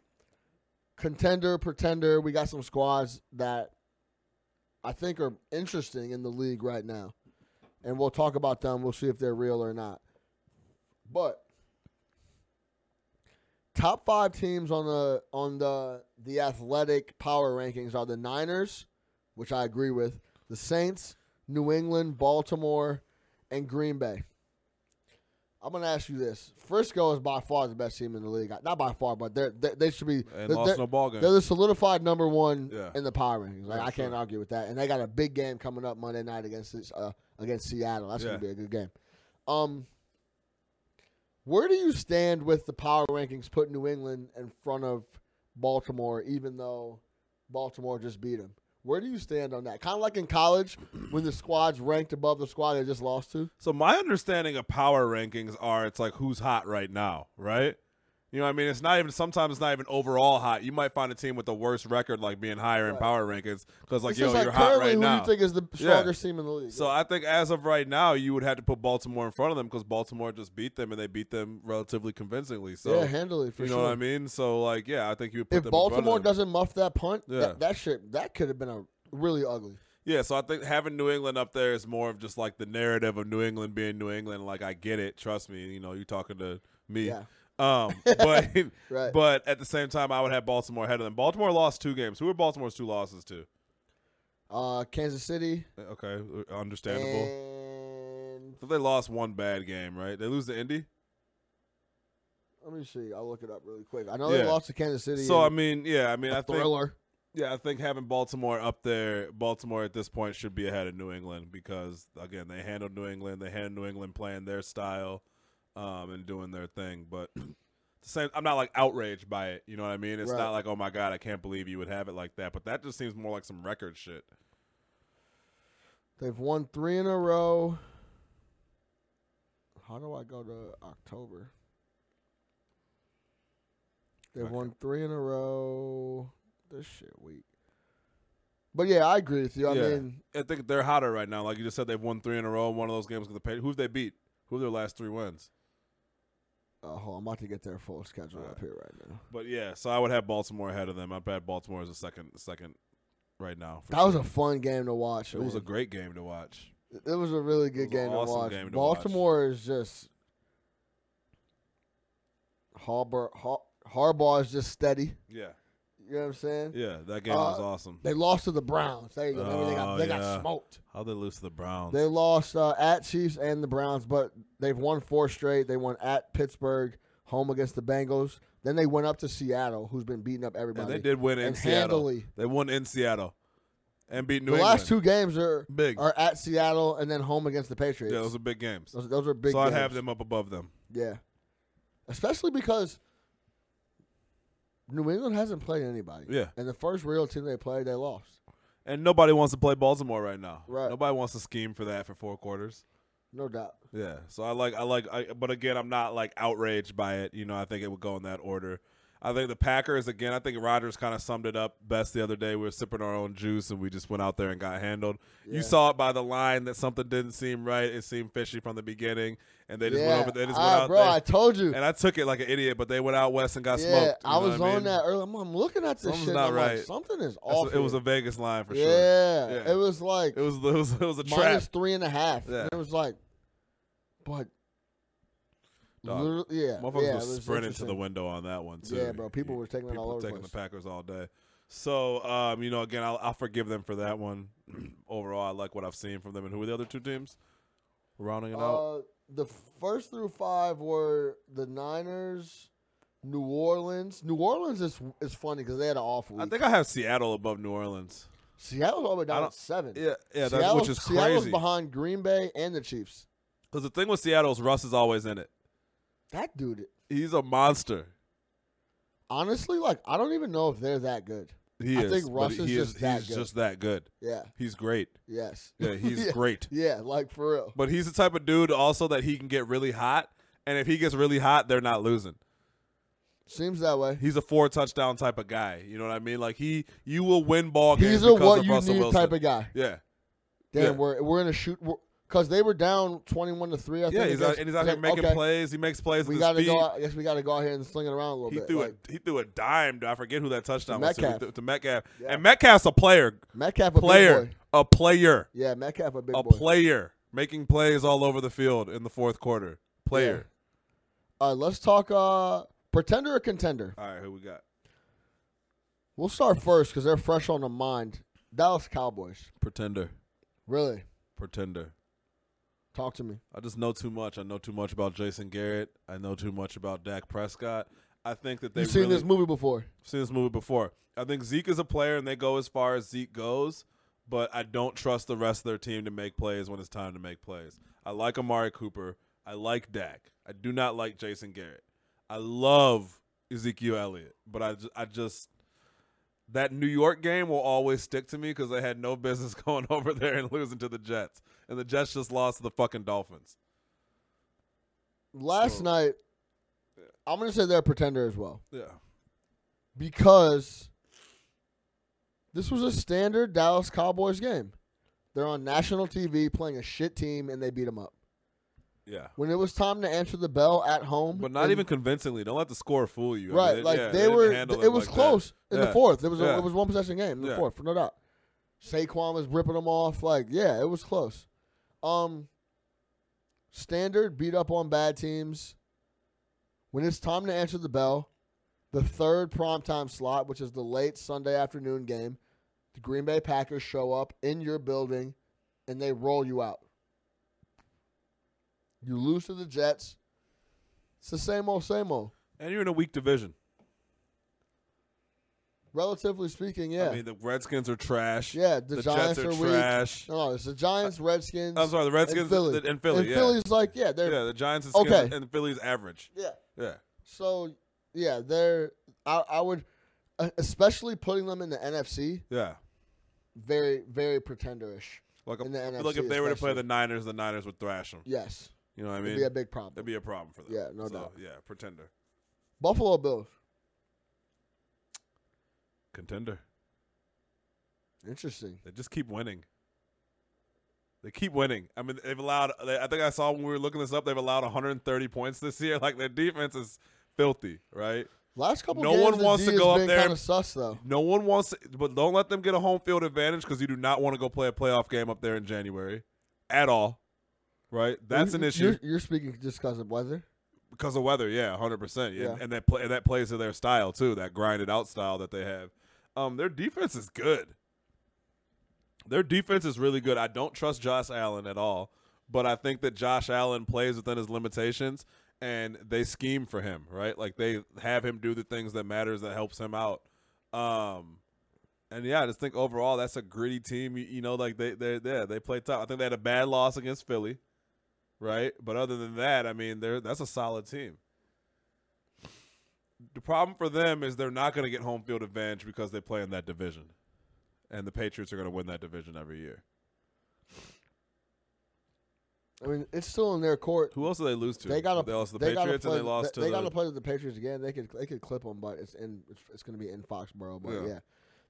Speaker 2: contender, pretender. We got some squads that I think are interesting in the league right now, and we'll talk about them. We'll see if they're real or not. But top five teams on the on the the athletic power rankings are the Niners, which I agree with, the Saints, New England, Baltimore, and Green Bay. I'm gonna ask you this: Frisco is by far the best team in the league. Not by far, but they're, they they should be. they're-
Speaker 3: and lost
Speaker 2: they're-
Speaker 3: in a ball game.
Speaker 2: they're the solidified number one
Speaker 3: Yeah.
Speaker 2: in the power rankings. Like
Speaker 3: Yeah,
Speaker 2: I can't
Speaker 3: sure.
Speaker 2: argue with that. And they got a big game coming up Monday night against this, uh, against Seattle. That's
Speaker 3: Yeah.
Speaker 2: gonna be a good game. Um, where do you stand with the power rankings? Put New England in front of Baltimore, even though Baltimore just beat them. Where do you stand on that? Kind of like in college when the squad's ranked above the squad they just lost to.
Speaker 3: So my understanding of power rankings are it's like who's hot right now, right? You know what I mean? It's not even sometimes it's not even overall hot. You might find a team with the worst record like being higher in
Speaker 2: Right.
Speaker 3: power rankings because like
Speaker 2: it's
Speaker 3: yo,
Speaker 2: just like
Speaker 3: you're hot
Speaker 2: currently
Speaker 3: right
Speaker 2: who
Speaker 3: now.
Speaker 2: you think is the strongest team in the league.
Speaker 3: so I think as of right now, you would have to put Baltimore in front of them because Baltimore just beat them and they beat them relatively convincingly. So
Speaker 2: yeah, handily for
Speaker 3: you know
Speaker 2: sure.
Speaker 3: what I mean? So like yeah, I think you would put
Speaker 2: if
Speaker 3: them in
Speaker 2: Baltimore
Speaker 3: front of them.
Speaker 2: doesn't muff that punt,
Speaker 3: Yeah.
Speaker 2: that, that shit that could have been a really ugly.
Speaker 3: Yeah, so I think having New England up there is more of just like the narrative of New England being New England. Like I get it, trust me. You know, you talking to me.
Speaker 2: Yeah.
Speaker 3: Um, but
Speaker 2: Right.
Speaker 3: but at the same time, I would have Baltimore ahead of them. Baltimore lost two games. Who are Baltimore's two losses to? Uh,
Speaker 2: Uh, Kansas City
Speaker 3: Okay, understandable.
Speaker 2: and
Speaker 3: So they lost one bad game, right? They lose to Indy.
Speaker 2: let me see. I'll look it up really quick. I know they
Speaker 3: Yeah.
Speaker 2: lost to Kansas City.
Speaker 3: So I
Speaker 2: in
Speaker 3: mean, yeah, I mean,
Speaker 2: a
Speaker 3: I think
Speaker 2: thriller.
Speaker 3: Yeah, I think having Baltimore up there, Baltimore at this point should be ahead of New England because again, they handled New England, they handled New England playing their style, um, and doing their thing. But the same, I'm not like outraged by it. You know what I mean? It's
Speaker 2: Right.
Speaker 3: not like oh my god, I can't believe you would have it like that. But that just seems more like some record shit.
Speaker 2: They've won three in a row. How do I go to October? They've
Speaker 3: Okay.
Speaker 2: won three in a row. This shit weak. But yeah, I agree with you. I
Speaker 3: Yeah.
Speaker 2: mean,
Speaker 3: I think they're hotter right now. Like you just said, they've won three in a row. One of those games with the Patriots. Who've they beat? Who are their last three wins?
Speaker 2: uh, hold on, I'm about to get their full schedule
Speaker 3: All
Speaker 2: up
Speaker 3: right.
Speaker 2: here right now.
Speaker 3: But yeah, so I would have Baltimore ahead of them. I'd have Baltimore as a second, second, right now. for
Speaker 2: That was
Speaker 3: sure.
Speaker 2: a fun game to watch.
Speaker 3: It was a
Speaker 2: man.
Speaker 3: great game to watch.
Speaker 2: It was a really
Speaker 3: was
Speaker 2: good
Speaker 3: an
Speaker 2: game, to
Speaker 3: awesome
Speaker 2: watch.
Speaker 3: game to watch.
Speaker 2: Baltimore is just Harbaugh. Har- Harbaugh is just steady.
Speaker 3: Yeah.
Speaker 2: You know what I'm saying?
Speaker 3: Yeah, that game
Speaker 2: Uh,
Speaker 3: was awesome.
Speaker 2: They lost to the Browns. There you go. Remember, they got,
Speaker 3: Oh,
Speaker 2: they
Speaker 3: yeah.
Speaker 2: got smoked.
Speaker 3: How they lose to the Browns?
Speaker 2: They lost uh, at Chiefs and the Browns, but they've won four straight. They won at Pittsburgh, home against the Bengals. Then they went up to Seattle, who's been beating up
Speaker 3: and
Speaker 2: everybody.
Speaker 3: they did win in
Speaker 2: and
Speaker 3: Seattle.
Speaker 2: handily.
Speaker 3: They won in Seattle and beat New
Speaker 2: the
Speaker 3: England.
Speaker 2: last two games are
Speaker 3: big.
Speaker 2: are at Seattle and then home against the Patriots.
Speaker 3: yeah, those are big games.
Speaker 2: those, those are big.
Speaker 3: so I'd have
Speaker 2: games.
Speaker 3: them up above them.
Speaker 2: Yeah. Especially because New England hasn't played anybody.
Speaker 3: Yeah,
Speaker 2: And the first real team they played, they lost.
Speaker 3: and nobody wants to play Baltimore right now.
Speaker 2: Right.
Speaker 3: Nobody wants to scheme for that for four quarters.
Speaker 2: No doubt.
Speaker 3: Yeah. So I like I like I but again I'm not like outraged by it. You know, I think it would go in that order. I think the Packers again, I think Rodgers kind of summed it up best the other day. We were sipping our own juice and we just went out there and got handled.
Speaker 2: Yeah.
Speaker 3: You saw it by the line that something didn't seem right. It seemed fishy from the beginning and they just
Speaker 2: yeah.
Speaker 3: went over they just
Speaker 2: Ah,
Speaker 3: went out
Speaker 2: bro,
Speaker 3: there.
Speaker 2: I told you.
Speaker 3: and I took it like an idiot, but they went out west and got
Speaker 2: yeah,
Speaker 3: smoked. You
Speaker 2: I
Speaker 3: know
Speaker 2: was
Speaker 3: what
Speaker 2: on
Speaker 3: mean?
Speaker 2: that earlier. I'm, I'm looking at this
Speaker 3: Something's
Speaker 2: shit. and
Speaker 3: not
Speaker 2: I'm
Speaker 3: right.
Speaker 2: Like, Something is
Speaker 3: That's-
Speaker 2: off.
Speaker 3: it was
Speaker 2: here.
Speaker 3: a Vegas line for sure.
Speaker 2: yeah,
Speaker 3: Yeah.
Speaker 2: It was like
Speaker 3: It was it was it was a trap.
Speaker 2: minus three and a half.
Speaker 3: Yeah.
Speaker 2: And it was like, but.
Speaker 3: Dog.
Speaker 2: literally- Yeah.
Speaker 3: Motherfuckers
Speaker 2: yeah, it
Speaker 3: was sprinting to the
Speaker 2: interesting.
Speaker 3: window on that one too.
Speaker 2: Yeah, bro, people were taking it
Speaker 3: people
Speaker 2: all over the
Speaker 3: taking
Speaker 2: place.
Speaker 3: the Packers all day. So, um, you know, again, I'll, I'll forgive them for that one. Overall, I like what I've seen from them. And who were the other two teams? Rounding it out.
Speaker 2: Uh, the first through five were the Niners, New Orleans. New Orleans is is funny because they had an off week.
Speaker 3: I think I have Seattle above New Orleans.
Speaker 2: Seattle's all the way
Speaker 3: I
Speaker 2: down
Speaker 3: don't-
Speaker 2: at seven.
Speaker 3: Yeah, yeah, that's,
Speaker 2: Seattle's,
Speaker 3: which is
Speaker 2: Seattle's
Speaker 3: crazy.
Speaker 2: behind Green Bay and the Chiefs.
Speaker 3: Because the thing with Seattle is Russ is always in it.
Speaker 2: That dude,
Speaker 3: He's a monster.
Speaker 2: honestly, like I don't even know if they're that good.
Speaker 3: He
Speaker 2: I
Speaker 3: is.
Speaker 2: think
Speaker 3: but
Speaker 2: Russ
Speaker 3: he
Speaker 2: is just that
Speaker 3: he's
Speaker 2: good.
Speaker 3: just that good.
Speaker 2: Yeah.
Speaker 3: He's great.
Speaker 2: Yes.
Speaker 3: Yeah, he's
Speaker 2: yeah.
Speaker 3: great.
Speaker 2: Yeah, like for real.
Speaker 3: But he's the type of dude also that he can get really hot. And if he gets really hot, they're not losing.
Speaker 2: Seems that way.
Speaker 3: He's a four touchdown type of guy. You know what I mean? Like he, you will win ball games
Speaker 2: He's a
Speaker 3: because
Speaker 2: what
Speaker 3: of
Speaker 2: you
Speaker 3: Russell
Speaker 2: need
Speaker 3: Wilson.
Speaker 2: type of guy.
Speaker 3: yeah,
Speaker 2: Damn,
Speaker 3: Yeah.
Speaker 2: we're we're in a shoot because they were down twenty-one to three. I think
Speaker 3: yeah. He's out,
Speaker 2: against-
Speaker 3: and he's out here
Speaker 2: okay,
Speaker 3: making
Speaker 2: okay,
Speaker 3: plays. He makes plays
Speaker 2: We
Speaker 3: with
Speaker 2: gotta
Speaker 3: his
Speaker 2: go.
Speaker 3: feet.
Speaker 2: Out, I guess we gotta go out here and sling it around a little
Speaker 3: He
Speaker 2: bit.
Speaker 3: threw
Speaker 2: like,
Speaker 3: a he threw a dime. To, I forget who that touchdown was to,
Speaker 2: Metcalf.
Speaker 3: to, to Metcalf.
Speaker 2: Yeah.
Speaker 3: And Metcalf's a player,
Speaker 2: Metcalf a big
Speaker 3: player,
Speaker 2: boy.
Speaker 3: a player,
Speaker 2: Yeah, Metcalf a big
Speaker 3: a
Speaker 2: boy.
Speaker 3: player making plays all over the field in the fourth quarter. Player.
Speaker 2: All right, let's talk uh pretender or contender.
Speaker 3: All right, who we got?
Speaker 2: We'll start first because they're fresh on the mind. Dallas Cowboys.
Speaker 3: Pretender.
Speaker 2: Really?
Speaker 3: Pretender.
Speaker 2: Talk to me.
Speaker 3: I just know too much. I know too much about Jason Garrett. I know too much about Dak Prescott. I think that they
Speaker 2: You've seen
Speaker 3: really,
Speaker 2: this movie before.
Speaker 3: seen this movie before. I think Zeke is a player, and they go as far as Zeke goes. But I don't trust the rest of their team to make plays when it's time to make plays. I like Amari Cooper. I like Dak. I do not like Jason Garrett. I love Ezekiel Elliott, but I ju- I just that New York game will always stick to me because they had no business going over there and losing to the Jets, and the Jets just lost to the fucking Dolphins.
Speaker 2: Last
Speaker 3: So-
Speaker 2: night, I'm gonna say they're a pretender as well.
Speaker 3: Yeah,
Speaker 2: because this was a standard Dallas Cowboys game. They're on national TV playing a shit team and they beat them up.
Speaker 3: yeah.
Speaker 2: When it was time to answer the bell at home,
Speaker 3: But not
Speaker 2: and-
Speaker 3: even convincingly. Don't let the score fool you. I mean,
Speaker 2: right.
Speaker 3: they-
Speaker 2: like
Speaker 3: yeah,
Speaker 2: they,
Speaker 3: didn't
Speaker 2: were,
Speaker 3: handle
Speaker 2: it was
Speaker 3: like that.
Speaker 2: close in
Speaker 3: Yeah.
Speaker 2: the fourth. It was a,
Speaker 3: Yeah.
Speaker 2: it was one possession game in the
Speaker 3: Yeah.
Speaker 2: fourth, no doubt. Saquon was ripping them off. Like yeah, it was close. Um, standard beat up on bad teams. When it's time to answer the bell, the third primetime slot, which is the late Sunday afternoon game, the Green Bay Packers show up in your building and they roll you out. You lose to the Jets. It's the same old, same old.
Speaker 3: And you're in a weak division.
Speaker 2: Relatively speaking, yeah.
Speaker 3: I mean, the Redskins are trash.
Speaker 2: yeah, the,
Speaker 3: the
Speaker 2: Giants
Speaker 3: Jets are,
Speaker 2: weak.
Speaker 3: trash.
Speaker 2: No, no, it's the Giants, Redskins.
Speaker 3: I'm sorry, the Redskins
Speaker 2: and Philly.
Speaker 3: and Philly,
Speaker 2: And
Speaker 3: yeah.
Speaker 2: Philly's like, yeah, they're
Speaker 3: Yeah, the Giants and,
Speaker 2: Okay.
Speaker 3: and Philly's average.
Speaker 2: yeah.
Speaker 3: Yeah.
Speaker 2: So yeah, they're I, I would uh, especially putting them in the NFC,
Speaker 3: Yeah.
Speaker 2: very, very pretenderish.
Speaker 3: Like, a,
Speaker 2: In the
Speaker 3: like
Speaker 2: NFC
Speaker 3: if they were to play
Speaker 2: especially.
Speaker 3: the Niners, the Niners would thrash them.
Speaker 2: Yes.
Speaker 3: You know what I
Speaker 2: It'd
Speaker 3: mean?
Speaker 2: be a big problem.
Speaker 3: That'd be a problem for them.
Speaker 2: Yeah, no
Speaker 3: So,
Speaker 2: doubt.
Speaker 3: Yeah, pretender.
Speaker 2: Buffalo Bills.
Speaker 3: Contender.
Speaker 2: Interesting.
Speaker 3: They just keep winning. They keep winning. I mean, they've allowed. They, I think I saw when we were looking this up. They've allowed 130 points this year. Like their defense is filthy, right?
Speaker 2: Last couple
Speaker 3: No
Speaker 2: games,
Speaker 3: one
Speaker 2: the
Speaker 3: wants
Speaker 2: D
Speaker 3: to
Speaker 2: has
Speaker 3: go up
Speaker 2: been
Speaker 3: there
Speaker 2: Kind
Speaker 3: and-
Speaker 2: of sus though.
Speaker 3: No one wants, but don't let them get a home field advantage because you do not want to go play a playoff game up there in January at all. Right, that's an
Speaker 2: You're-
Speaker 3: issue
Speaker 2: You're, you're speaking just because of weather.
Speaker 3: because of weather. Yeah, hundred percent. Yeah,
Speaker 2: Yeah.
Speaker 3: and that play and that plays to their style too. That grinded out style that they have. Um, their defense is good. Their defense is really good. I don't trust Josh Allen at all, but I think that Josh Allen plays within his limitations and they scheme for him. Right, like they have him do the things that matters that helps him out. Um, and yeah, I just think overall that's a gritty team. You, you know, like they they yeah, they play tough. I think they had a bad loss against Philly, right? But other than that, I mean, they're that's a solid team. The problem for them is they're not going to get home field advantage because they play in that division, and the Patriots are going to win that division every year.
Speaker 2: I mean, it's still in their court.
Speaker 3: Who else do they lose to?
Speaker 2: They got to.
Speaker 3: they lost to the
Speaker 2: they gotta
Speaker 3: Patriots and
Speaker 2: play
Speaker 3: they
Speaker 2: the-
Speaker 3: lost
Speaker 2: they,
Speaker 3: to
Speaker 2: got to
Speaker 3: the
Speaker 2: play the Patriots again. They could they could clip them, but it's in it's, it's going to be in Foxborough. But
Speaker 3: Yeah.
Speaker 2: yeah.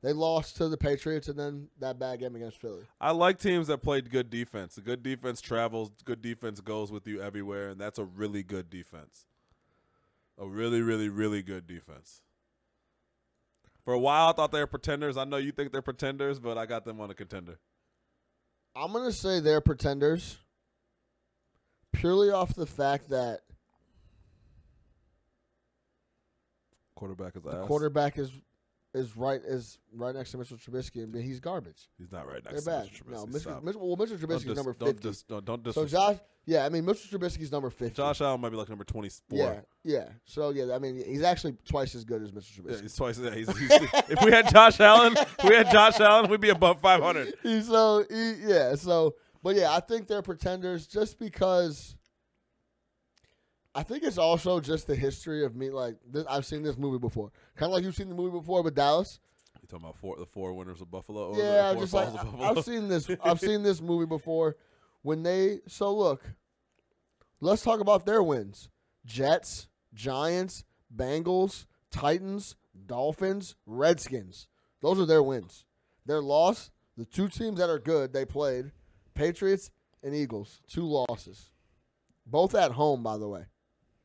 Speaker 2: they lost to the Patriots and then that bad game against Philly.
Speaker 3: I like teams that played good defense. A good defense travels. Good defense goes with you everywhere, and that's a really good defense. A really, really, really good defense. For a while, I thought they were pretenders. I know you think they're pretenders, but I got them on a contender.
Speaker 2: I'm going to say they're pretenders, purely off the fact that
Speaker 3: Quarterback is
Speaker 2: the
Speaker 3: ass.
Speaker 2: quarterback is is right is right next to Mitchell Trubisky and he's garbage.
Speaker 3: He's not right
Speaker 2: They're
Speaker 3: next
Speaker 2: bad.
Speaker 3: to Mitchell
Speaker 2: No,
Speaker 3: Trubisky.
Speaker 2: Mitchell,
Speaker 3: Stop.
Speaker 2: Mitchell, well, Mitchell
Speaker 3: Don't
Speaker 2: Trubisky's
Speaker 3: dis-
Speaker 2: number
Speaker 3: don't
Speaker 2: 50.
Speaker 3: dis- don't, don't
Speaker 2: so
Speaker 3: disrespect.
Speaker 2: Josh, yeah, I mean Mitchell Trubisky's number 50.
Speaker 3: Josh Allen might be like number twenty-four.
Speaker 2: yeah, yeah. So yeah, I mean he's actually twice as good as Mitchell
Speaker 3: Yeah,
Speaker 2: Trubisky.
Speaker 3: he's twice. Yeah, he's, he's, if we had Josh Allen, if we had Josh Allen, we'd be above five hundred.
Speaker 2: He- so he- yeah, so but yeah, I think they're pretenders just because. I think it's also just the history of me. Like this, I've seen this movie before, kind of like you've seen the movie before with Dallas.
Speaker 3: You talking about four, the four winners of Buffalo? Or
Speaker 2: yeah,
Speaker 3: the four
Speaker 2: just like
Speaker 3: falls of
Speaker 2: I-
Speaker 3: Buffalo?
Speaker 2: I've seen this. I've seen this movie before. When they so look, let's talk about their wins: Jets, Giants, Bengals, Titans, Dolphins, Redskins. Those are their wins. Their loss: the two teams that are good they played, Patriots and Eagles. Two losses, both at home, by the way.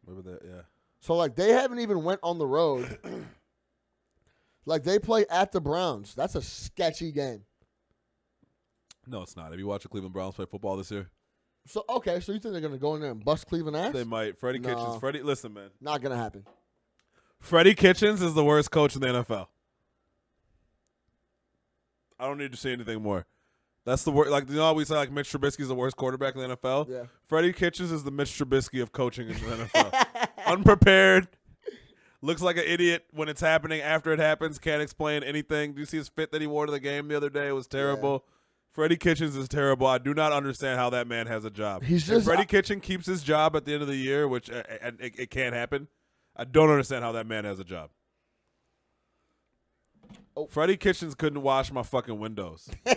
Speaker 3: Remember that? Yeah.
Speaker 2: So like they haven't even went on the road. like they play at the Browns. That's a sketchy game.
Speaker 3: No, it's not. Have you watched the Cleveland Browns play football this year?
Speaker 2: So okay, so you think they're gonna go in there and bust Cleveland ass?
Speaker 3: They might. Freddie
Speaker 2: No.
Speaker 3: Kitchens. Freddie, listen, man.
Speaker 2: Not gonna happen.
Speaker 3: Freddie Kitchens is the worst coach in the NFL. I don't need to say anything more. That's the worst. Like you know, how we say like Mitch Trubisky's the worst quarterback in the NFL.
Speaker 2: Yeah.
Speaker 3: Freddie Kitchens is the Mitch Trubisky of coaching in the NFL. Unprepared, looks like an idiot when it's happening. After it happens, can't explain anything. Do you see his fit that he wore to the game the other day? It was terrible. Freddie Kitchens is terrible. I do not understand how that man has a job.
Speaker 2: He's
Speaker 3: if
Speaker 2: just-
Speaker 3: Freddie Kitchen keeps his job at the end of the year, which uh, uh, it, it can't happen. I don't understand how that man has a job.
Speaker 2: Oh.
Speaker 3: Freddie Kitchens couldn't wash my fucking windows.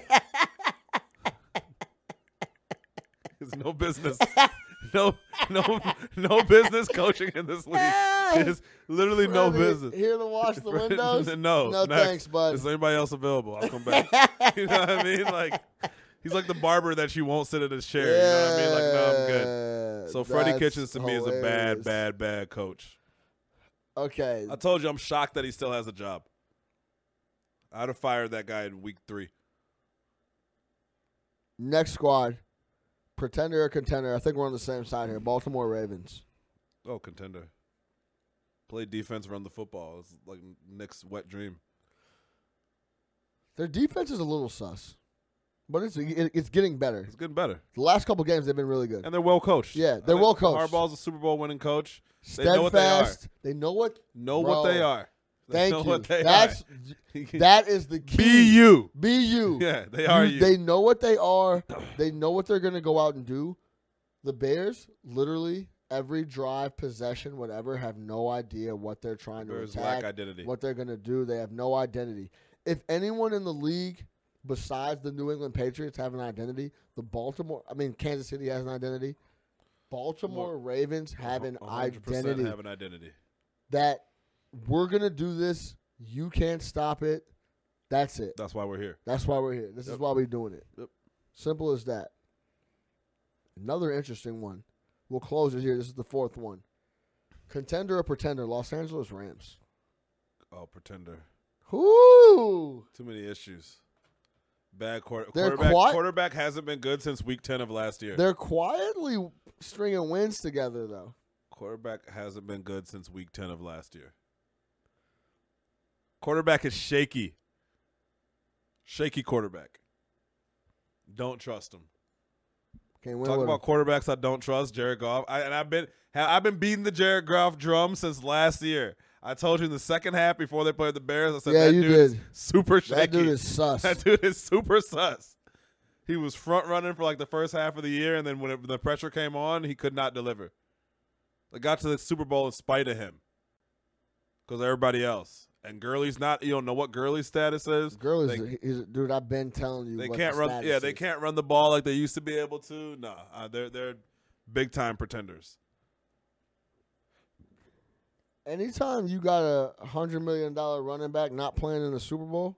Speaker 3: There's no business. No, no, no business coaching in this league. There's literally no
Speaker 2: Freddie,
Speaker 3: business.
Speaker 2: Here to wash the
Speaker 3: Fred-
Speaker 2: windows?
Speaker 3: no,
Speaker 2: no,
Speaker 3: next.
Speaker 2: thanks, bud.
Speaker 3: Is anybody else available? I'll come back. you know what I mean? Like, he's like the barber that you won't sit in his chair. You know what I mean? Like, no, I'm good. So Freddie
Speaker 2: That's
Speaker 3: Kitchens to me is a bad,
Speaker 2: hilarious.
Speaker 3: bad, bad coach.
Speaker 2: Okay,
Speaker 3: I told you, I'm shocked that he still has a job. I'd have fired that guy in week three.
Speaker 2: next squad, pretender or contender? I think we're on the same side here. Baltimore Ravens.
Speaker 3: Oh, contender. Play defense, run the football. It's like Nick's wet dream.
Speaker 2: Their defense is a little sus, but it's it, it's getting better.
Speaker 3: It's getting better,
Speaker 2: The last couple games they've been really good.
Speaker 3: and they're well coached.
Speaker 2: Yeah,
Speaker 3: I
Speaker 2: they're
Speaker 3: think
Speaker 2: well coached.
Speaker 3: Harbaugh's a Super Bowl winning coach. They
Speaker 2: Steadfast.
Speaker 3: know what they are.
Speaker 2: They know what.
Speaker 3: Know
Speaker 2: Bro.
Speaker 3: what they are. They
Speaker 2: Thank
Speaker 3: know
Speaker 2: you.
Speaker 3: What they
Speaker 2: That's
Speaker 3: are.
Speaker 2: that is the key.
Speaker 3: be you.
Speaker 2: Be you.
Speaker 3: Yeah, they are you.
Speaker 2: They know what they are. They know what they're going to go out and do. The Bears, literally every drive, possession, whatever, have no idea what they're trying to
Speaker 3: Bears lack
Speaker 2: attack,
Speaker 3: identity.
Speaker 2: what they're going to do. They have no identity. If anyone in the league besides the New England Patriots have an identity, the Baltimore, I mean Kansas City has an identity. Baltimore Ravens have an
Speaker 3: 100%
Speaker 2: identity
Speaker 3: Have an identity.
Speaker 2: that we're going to do this. You can't stop it. That's it.
Speaker 3: That's why we're here.
Speaker 2: That's why we're here. This is
Speaker 3: Yep.
Speaker 2: why we're doing it.
Speaker 3: Yep.
Speaker 2: Simple as that. Another interesting one. We'll close it here. This is the fourth one. Contender or pretender? Los Angeles Rams.
Speaker 3: Oh, pretender.
Speaker 2: Who?
Speaker 3: Too many issues. Bad quarter-
Speaker 2: They're
Speaker 3: quarterback.
Speaker 2: quiet-
Speaker 3: Quarterback hasn't been good since week ten of last year.
Speaker 2: They're quietly stringing wins together, though.
Speaker 3: Quarterback hasn't been good since week 10 of last year. Quarterback is shaky. Shaky quarterback. Don't trust him.
Speaker 2: Can't win
Speaker 3: Talk
Speaker 2: with
Speaker 3: about quarterbacks I don't trust. Jared Goff. I, and I've been ha- I've been beating the Jared Goff drum since last year. I told you in the second half before they played the Bears. I said
Speaker 2: Yeah,
Speaker 3: that
Speaker 2: you
Speaker 3: dude is
Speaker 2: did. them.
Speaker 3: super shaky.
Speaker 2: That dude is sus.
Speaker 3: That dude is super sus. He was front running for like the first half of the year, and then when it, the pressure came on, he could not deliver. They got to the Super Bowl in spite of him, because everybody else and Gurley's not. You don't know what Gurley's status is.
Speaker 2: Girl is,
Speaker 3: They-
Speaker 2: is dude. I've been telling you.
Speaker 3: They
Speaker 2: what
Speaker 3: can't
Speaker 2: the
Speaker 3: run.
Speaker 2: status
Speaker 3: Yeah, they
Speaker 2: is.
Speaker 3: can't run the ball like they used to be able to. Nah, uh, they're they're big time pretenders.
Speaker 2: Anytime you got a hundred million dollar running back not playing in the Super Bowl,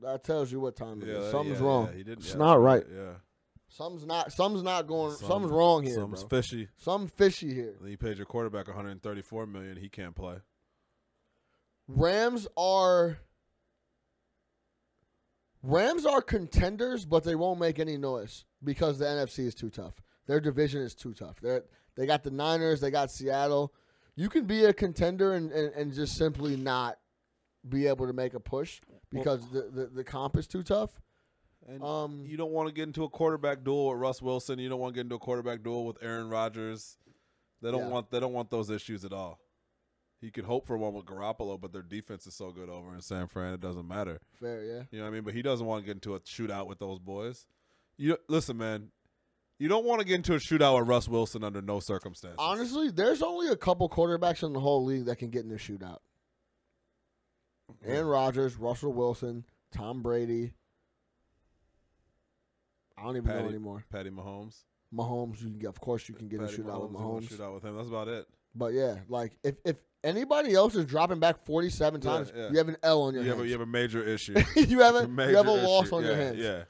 Speaker 2: that tells you what time it is.
Speaker 3: Yeah,
Speaker 2: Something's
Speaker 3: yeah,
Speaker 2: wrong.
Speaker 3: yeah, he didn't-
Speaker 2: it's
Speaker 3: yeah,
Speaker 2: not
Speaker 3: that's
Speaker 2: right.
Speaker 3: Yeah,
Speaker 2: Something's not. Something's not going.
Speaker 3: Some-
Speaker 2: something's wrong here,
Speaker 3: something's
Speaker 2: bro.
Speaker 3: fishy.
Speaker 2: Something fishy here.
Speaker 3: Then you paid your quarterback 134 million. He can't play.
Speaker 2: Rams are. Rams are contenders, but they won't make any noise because the NFC is too tough. Their division is too tough. They they got the Niners. They got Seattle. You can be a contender and, and, and just simply not be able to make a push because the, the, the comp is too tough.
Speaker 3: And
Speaker 2: Um,
Speaker 3: you don't want to get into a quarterback duel with Russ Wilson. You don't want to get into a quarterback duel with Aaron Rodgers. They don't
Speaker 2: Yeah.
Speaker 3: want they don't want those issues at all. You could hope for one with Garoppolo, but their defense is so good over in San Fran, it doesn't matter.
Speaker 2: fair, yeah.
Speaker 3: You know what I mean? But he doesn't want to get into a shootout with those boys. You listen, man. You don't want to get into a shootout with Russ Wilson under no circumstances.
Speaker 2: Honestly, there's only a couple quarterbacks in the whole league that can get in the shootout. Aaron Rodgers, Russell Wilson, Tom Brady. I don't even know
Speaker 3: Patty-
Speaker 2: anymore.
Speaker 3: Patty Mahomes.
Speaker 2: Mahomes, you can get, of course you can get in a
Speaker 3: Patty
Speaker 2: shootout with
Speaker 3: you want a
Speaker 2: Mahomes.
Speaker 3: Shootout with him. That's about it.
Speaker 2: But yeah, like if if anybody else is dropping back 47
Speaker 3: Yeah,
Speaker 2: times,
Speaker 3: yeah.
Speaker 2: you have an L on your
Speaker 3: You have, a,
Speaker 2: hands.
Speaker 3: you have a major issue.
Speaker 2: you have a
Speaker 3: major
Speaker 2: you have a loss
Speaker 3: issue.
Speaker 2: on your
Speaker 3: Yeah,
Speaker 2: hands.
Speaker 3: Yeah.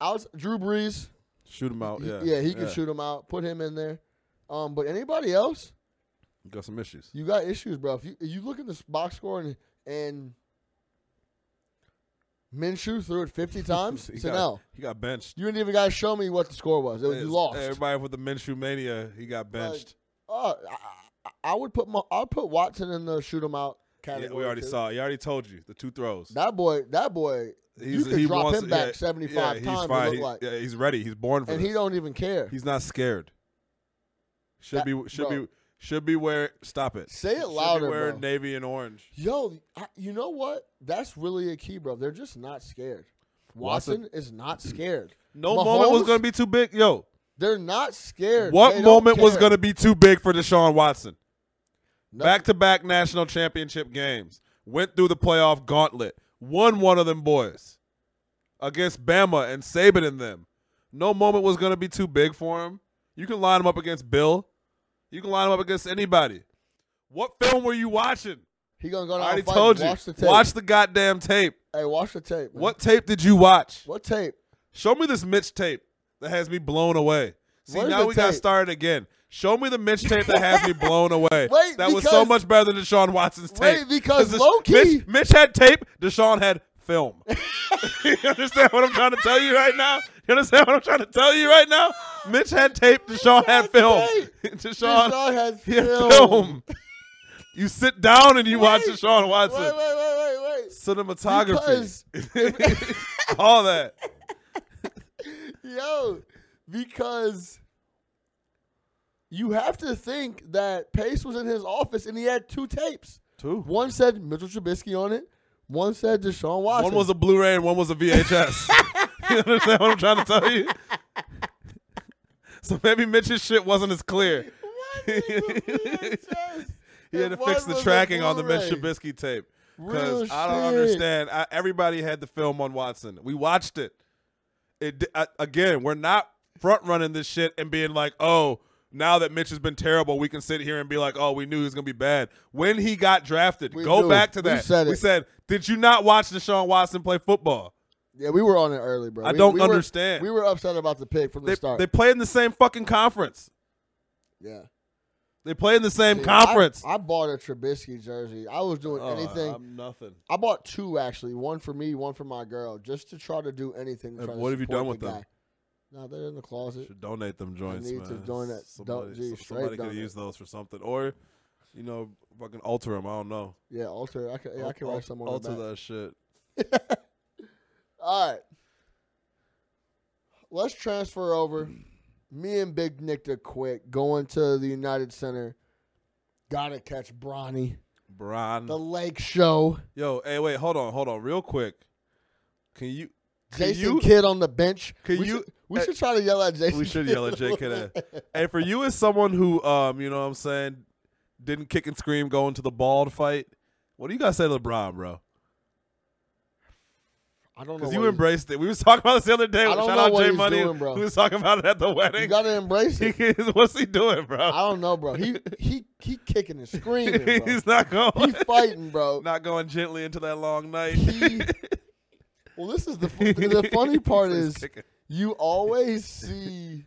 Speaker 2: I was Drew Brees.
Speaker 3: Shoot him out.
Speaker 2: he-
Speaker 3: Yeah.
Speaker 2: he can shoot him out. Put him in there. Um, but anybody else,
Speaker 3: Got some issues.
Speaker 2: You got issues, bro. If you you look at this box score and and Minshew threw it 50 times.
Speaker 3: He
Speaker 2: It's an
Speaker 3: got-
Speaker 2: L.
Speaker 3: He got benched.
Speaker 2: You didn't even guys show me what the score was. It was you
Speaker 3: It's-
Speaker 2: lost.
Speaker 3: Everybody with the Minshew mania, he got benched.
Speaker 2: Uh, I- I, I would put my, I'll put Watson in the shoot 'em out
Speaker 3: Yeah,
Speaker 2: category.
Speaker 3: we already
Speaker 2: too.
Speaker 3: saw. It. He already told you the two throws.
Speaker 2: that boy. That boy. you could drop him back 75 times.
Speaker 3: He's
Speaker 2: it
Speaker 3: fine.
Speaker 2: look
Speaker 3: He-
Speaker 2: like.
Speaker 3: yeah, he's ready. He's born for
Speaker 2: and
Speaker 3: this.
Speaker 2: he don't even care.
Speaker 3: he's not scared. Should
Speaker 2: That-
Speaker 3: be. Should
Speaker 2: bro.
Speaker 3: be. Should be where. Stop it.
Speaker 2: Say it
Speaker 3: Should be
Speaker 2: louder,
Speaker 3: wearing
Speaker 2: bro.
Speaker 3: navy and orange.
Speaker 2: Yo, I, you know what? That's really a key, bro. They're just not scared. Watson,
Speaker 3: Watson-
Speaker 2: is not scared.
Speaker 3: No moment was
Speaker 2: Mahomes,
Speaker 3: gonna be too big, yo.
Speaker 2: They're not scared.
Speaker 3: What
Speaker 2: They don't
Speaker 3: moment was
Speaker 2: care.
Speaker 3: gonna be too big for Deshaun Watson?
Speaker 2: No.
Speaker 3: Back to back national championship games. Went through the playoff gauntlet. Won one of them boys against Bama and Saban and them. No moment was going to be too big for him. You can line him up against Bill. You can line him up against anybody. What film were you watching?
Speaker 2: He gonna go
Speaker 3: I
Speaker 2: down.
Speaker 3: already
Speaker 2: and fight.
Speaker 3: told you.
Speaker 2: watch The tape.
Speaker 3: Watch the goddamn tape.
Speaker 2: Hey, watch the tape. man.
Speaker 3: What tape did you watch?
Speaker 2: What tape?
Speaker 3: Show me this Mitch tape that has me blown away. See,
Speaker 2: Where's
Speaker 3: now
Speaker 2: the
Speaker 3: we got
Speaker 2: tape?
Speaker 3: started again. Show me the Mitch tape that has me blown away.
Speaker 2: Wait,
Speaker 3: that was so
Speaker 2: because-
Speaker 3: much better than Deshaun Watson's
Speaker 2: Wait,
Speaker 3: tape.
Speaker 2: because
Speaker 3: Des-
Speaker 2: low-key-
Speaker 3: Mitch, Mitch had tape, Deshaun had film. you understand what I'm trying to tell you right now? You understand what I'm trying to tell you right now? Mitch had tape, Deshaun had
Speaker 2: had
Speaker 3: film.
Speaker 2: tape.
Speaker 3: Deshaun,
Speaker 2: Deshaun had
Speaker 3: he had
Speaker 2: film.
Speaker 3: film. you sit down and you watch
Speaker 2: Wait,
Speaker 3: Deshaun
Speaker 2: Wait,
Speaker 3: Watson.
Speaker 2: wait, wait, wait, wait.
Speaker 3: Cinematography.
Speaker 2: Because
Speaker 3: All that.
Speaker 2: Yo, because you have to think that Pace was in his office and he had two tapes.
Speaker 3: Two.
Speaker 2: One said Mitchell Trubisky on it. One said Deshaun Watson.
Speaker 3: One was a Blu-ray and one was a VHS. you understand what I'm trying to tell you? So maybe Mitch's shit wasn't as clear. He had to fix the tracking on the Mitch Trubisky tape because
Speaker 2: Real
Speaker 3: I don't
Speaker 2: shit.
Speaker 3: understand. I, everybody had the film on Watson. We watched it. It di- I, again. We're not front running this shit and being like, oh, now that Mitch has been terrible, we can sit here and be like, oh, we knew he was gonna be bad when he got drafted.
Speaker 2: We
Speaker 3: Go
Speaker 2: knew.
Speaker 3: back to
Speaker 2: We
Speaker 3: that.
Speaker 2: said it.
Speaker 3: did you not watch Deshaun Watson play football?
Speaker 2: Yeah, we were on it early, bro.
Speaker 3: I
Speaker 2: We-
Speaker 3: don't
Speaker 2: we were-
Speaker 3: understand.
Speaker 2: we were upset about the pick from the
Speaker 3: They,
Speaker 2: start.
Speaker 3: they play in the same fucking conference.
Speaker 2: yeah.
Speaker 3: They play in the same
Speaker 2: See, I-
Speaker 3: conference.
Speaker 2: I, bought a Trubisky jersey. I was doing
Speaker 3: Oh,
Speaker 2: anything.
Speaker 3: I'm nothing.
Speaker 2: I bought two actually, one for me, one for my girl, just to try to do anything. to
Speaker 3: And
Speaker 2: try to
Speaker 3: what have you
Speaker 2: support
Speaker 3: done with
Speaker 2: the
Speaker 3: them?
Speaker 2: guy. No, they're in the closet.
Speaker 3: Should donate them joints,
Speaker 2: need
Speaker 3: man.
Speaker 2: to donate-
Speaker 3: Somebody,
Speaker 2: don't- gee,
Speaker 3: some-
Speaker 2: straight
Speaker 3: somebody could
Speaker 2: donate.
Speaker 3: use those for something, or you know, fucking alter them. I don't know.
Speaker 2: Yeah, alter. I can. Yeah, I can
Speaker 3: Al-
Speaker 2: write someone
Speaker 3: alter
Speaker 2: back.
Speaker 3: that shit.
Speaker 2: All right, let's transfer over. Me and Big Nick to quick going to the United Center. Gotta catch Bronny.
Speaker 3: Brian.
Speaker 2: The Lake Show.
Speaker 3: Yo, hey, wait, hold on, hold on, real quick. Can you? Can
Speaker 2: Jason
Speaker 3: you?
Speaker 2: Kidd on the bench.
Speaker 3: can
Speaker 2: we
Speaker 3: you-
Speaker 2: Should, we
Speaker 3: eh,
Speaker 2: should try to yell at Jason.
Speaker 3: we should yell at Jay
Speaker 2: Kidd.
Speaker 3: Kidd. hey, for you as someone who, um, you know, what I'm saying, didn't kick and scream going to the bald fight. What do you guys say to LeBron, bro?
Speaker 2: I don't know.
Speaker 3: Because
Speaker 2: what
Speaker 3: you
Speaker 2: he's-
Speaker 3: embraced it. We was talking about this the other day.
Speaker 2: I don't
Speaker 3: Shout
Speaker 2: know
Speaker 3: out
Speaker 2: what
Speaker 3: Jay
Speaker 2: he's
Speaker 3: Money.
Speaker 2: doing, bro.
Speaker 3: We was talking about it at the
Speaker 2: You
Speaker 3: wedding.
Speaker 2: gotta embrace it.
Speaker 3: What's he doing, bro?
Speaker 2: I don't know, bro. He he he kicking and screaming, bro.
Speaker 3: He's not
Speaker 2: He
Speaker 3: going.
Speaker 2: fighting, bro.
Speaker 3: not going gently into that long night.
Speaker 2: He, well, this is the fu- the funny part
Speaker 3: He's
Speaker 2: is
Speaker 3: kicking.
Speaker 2: you always see.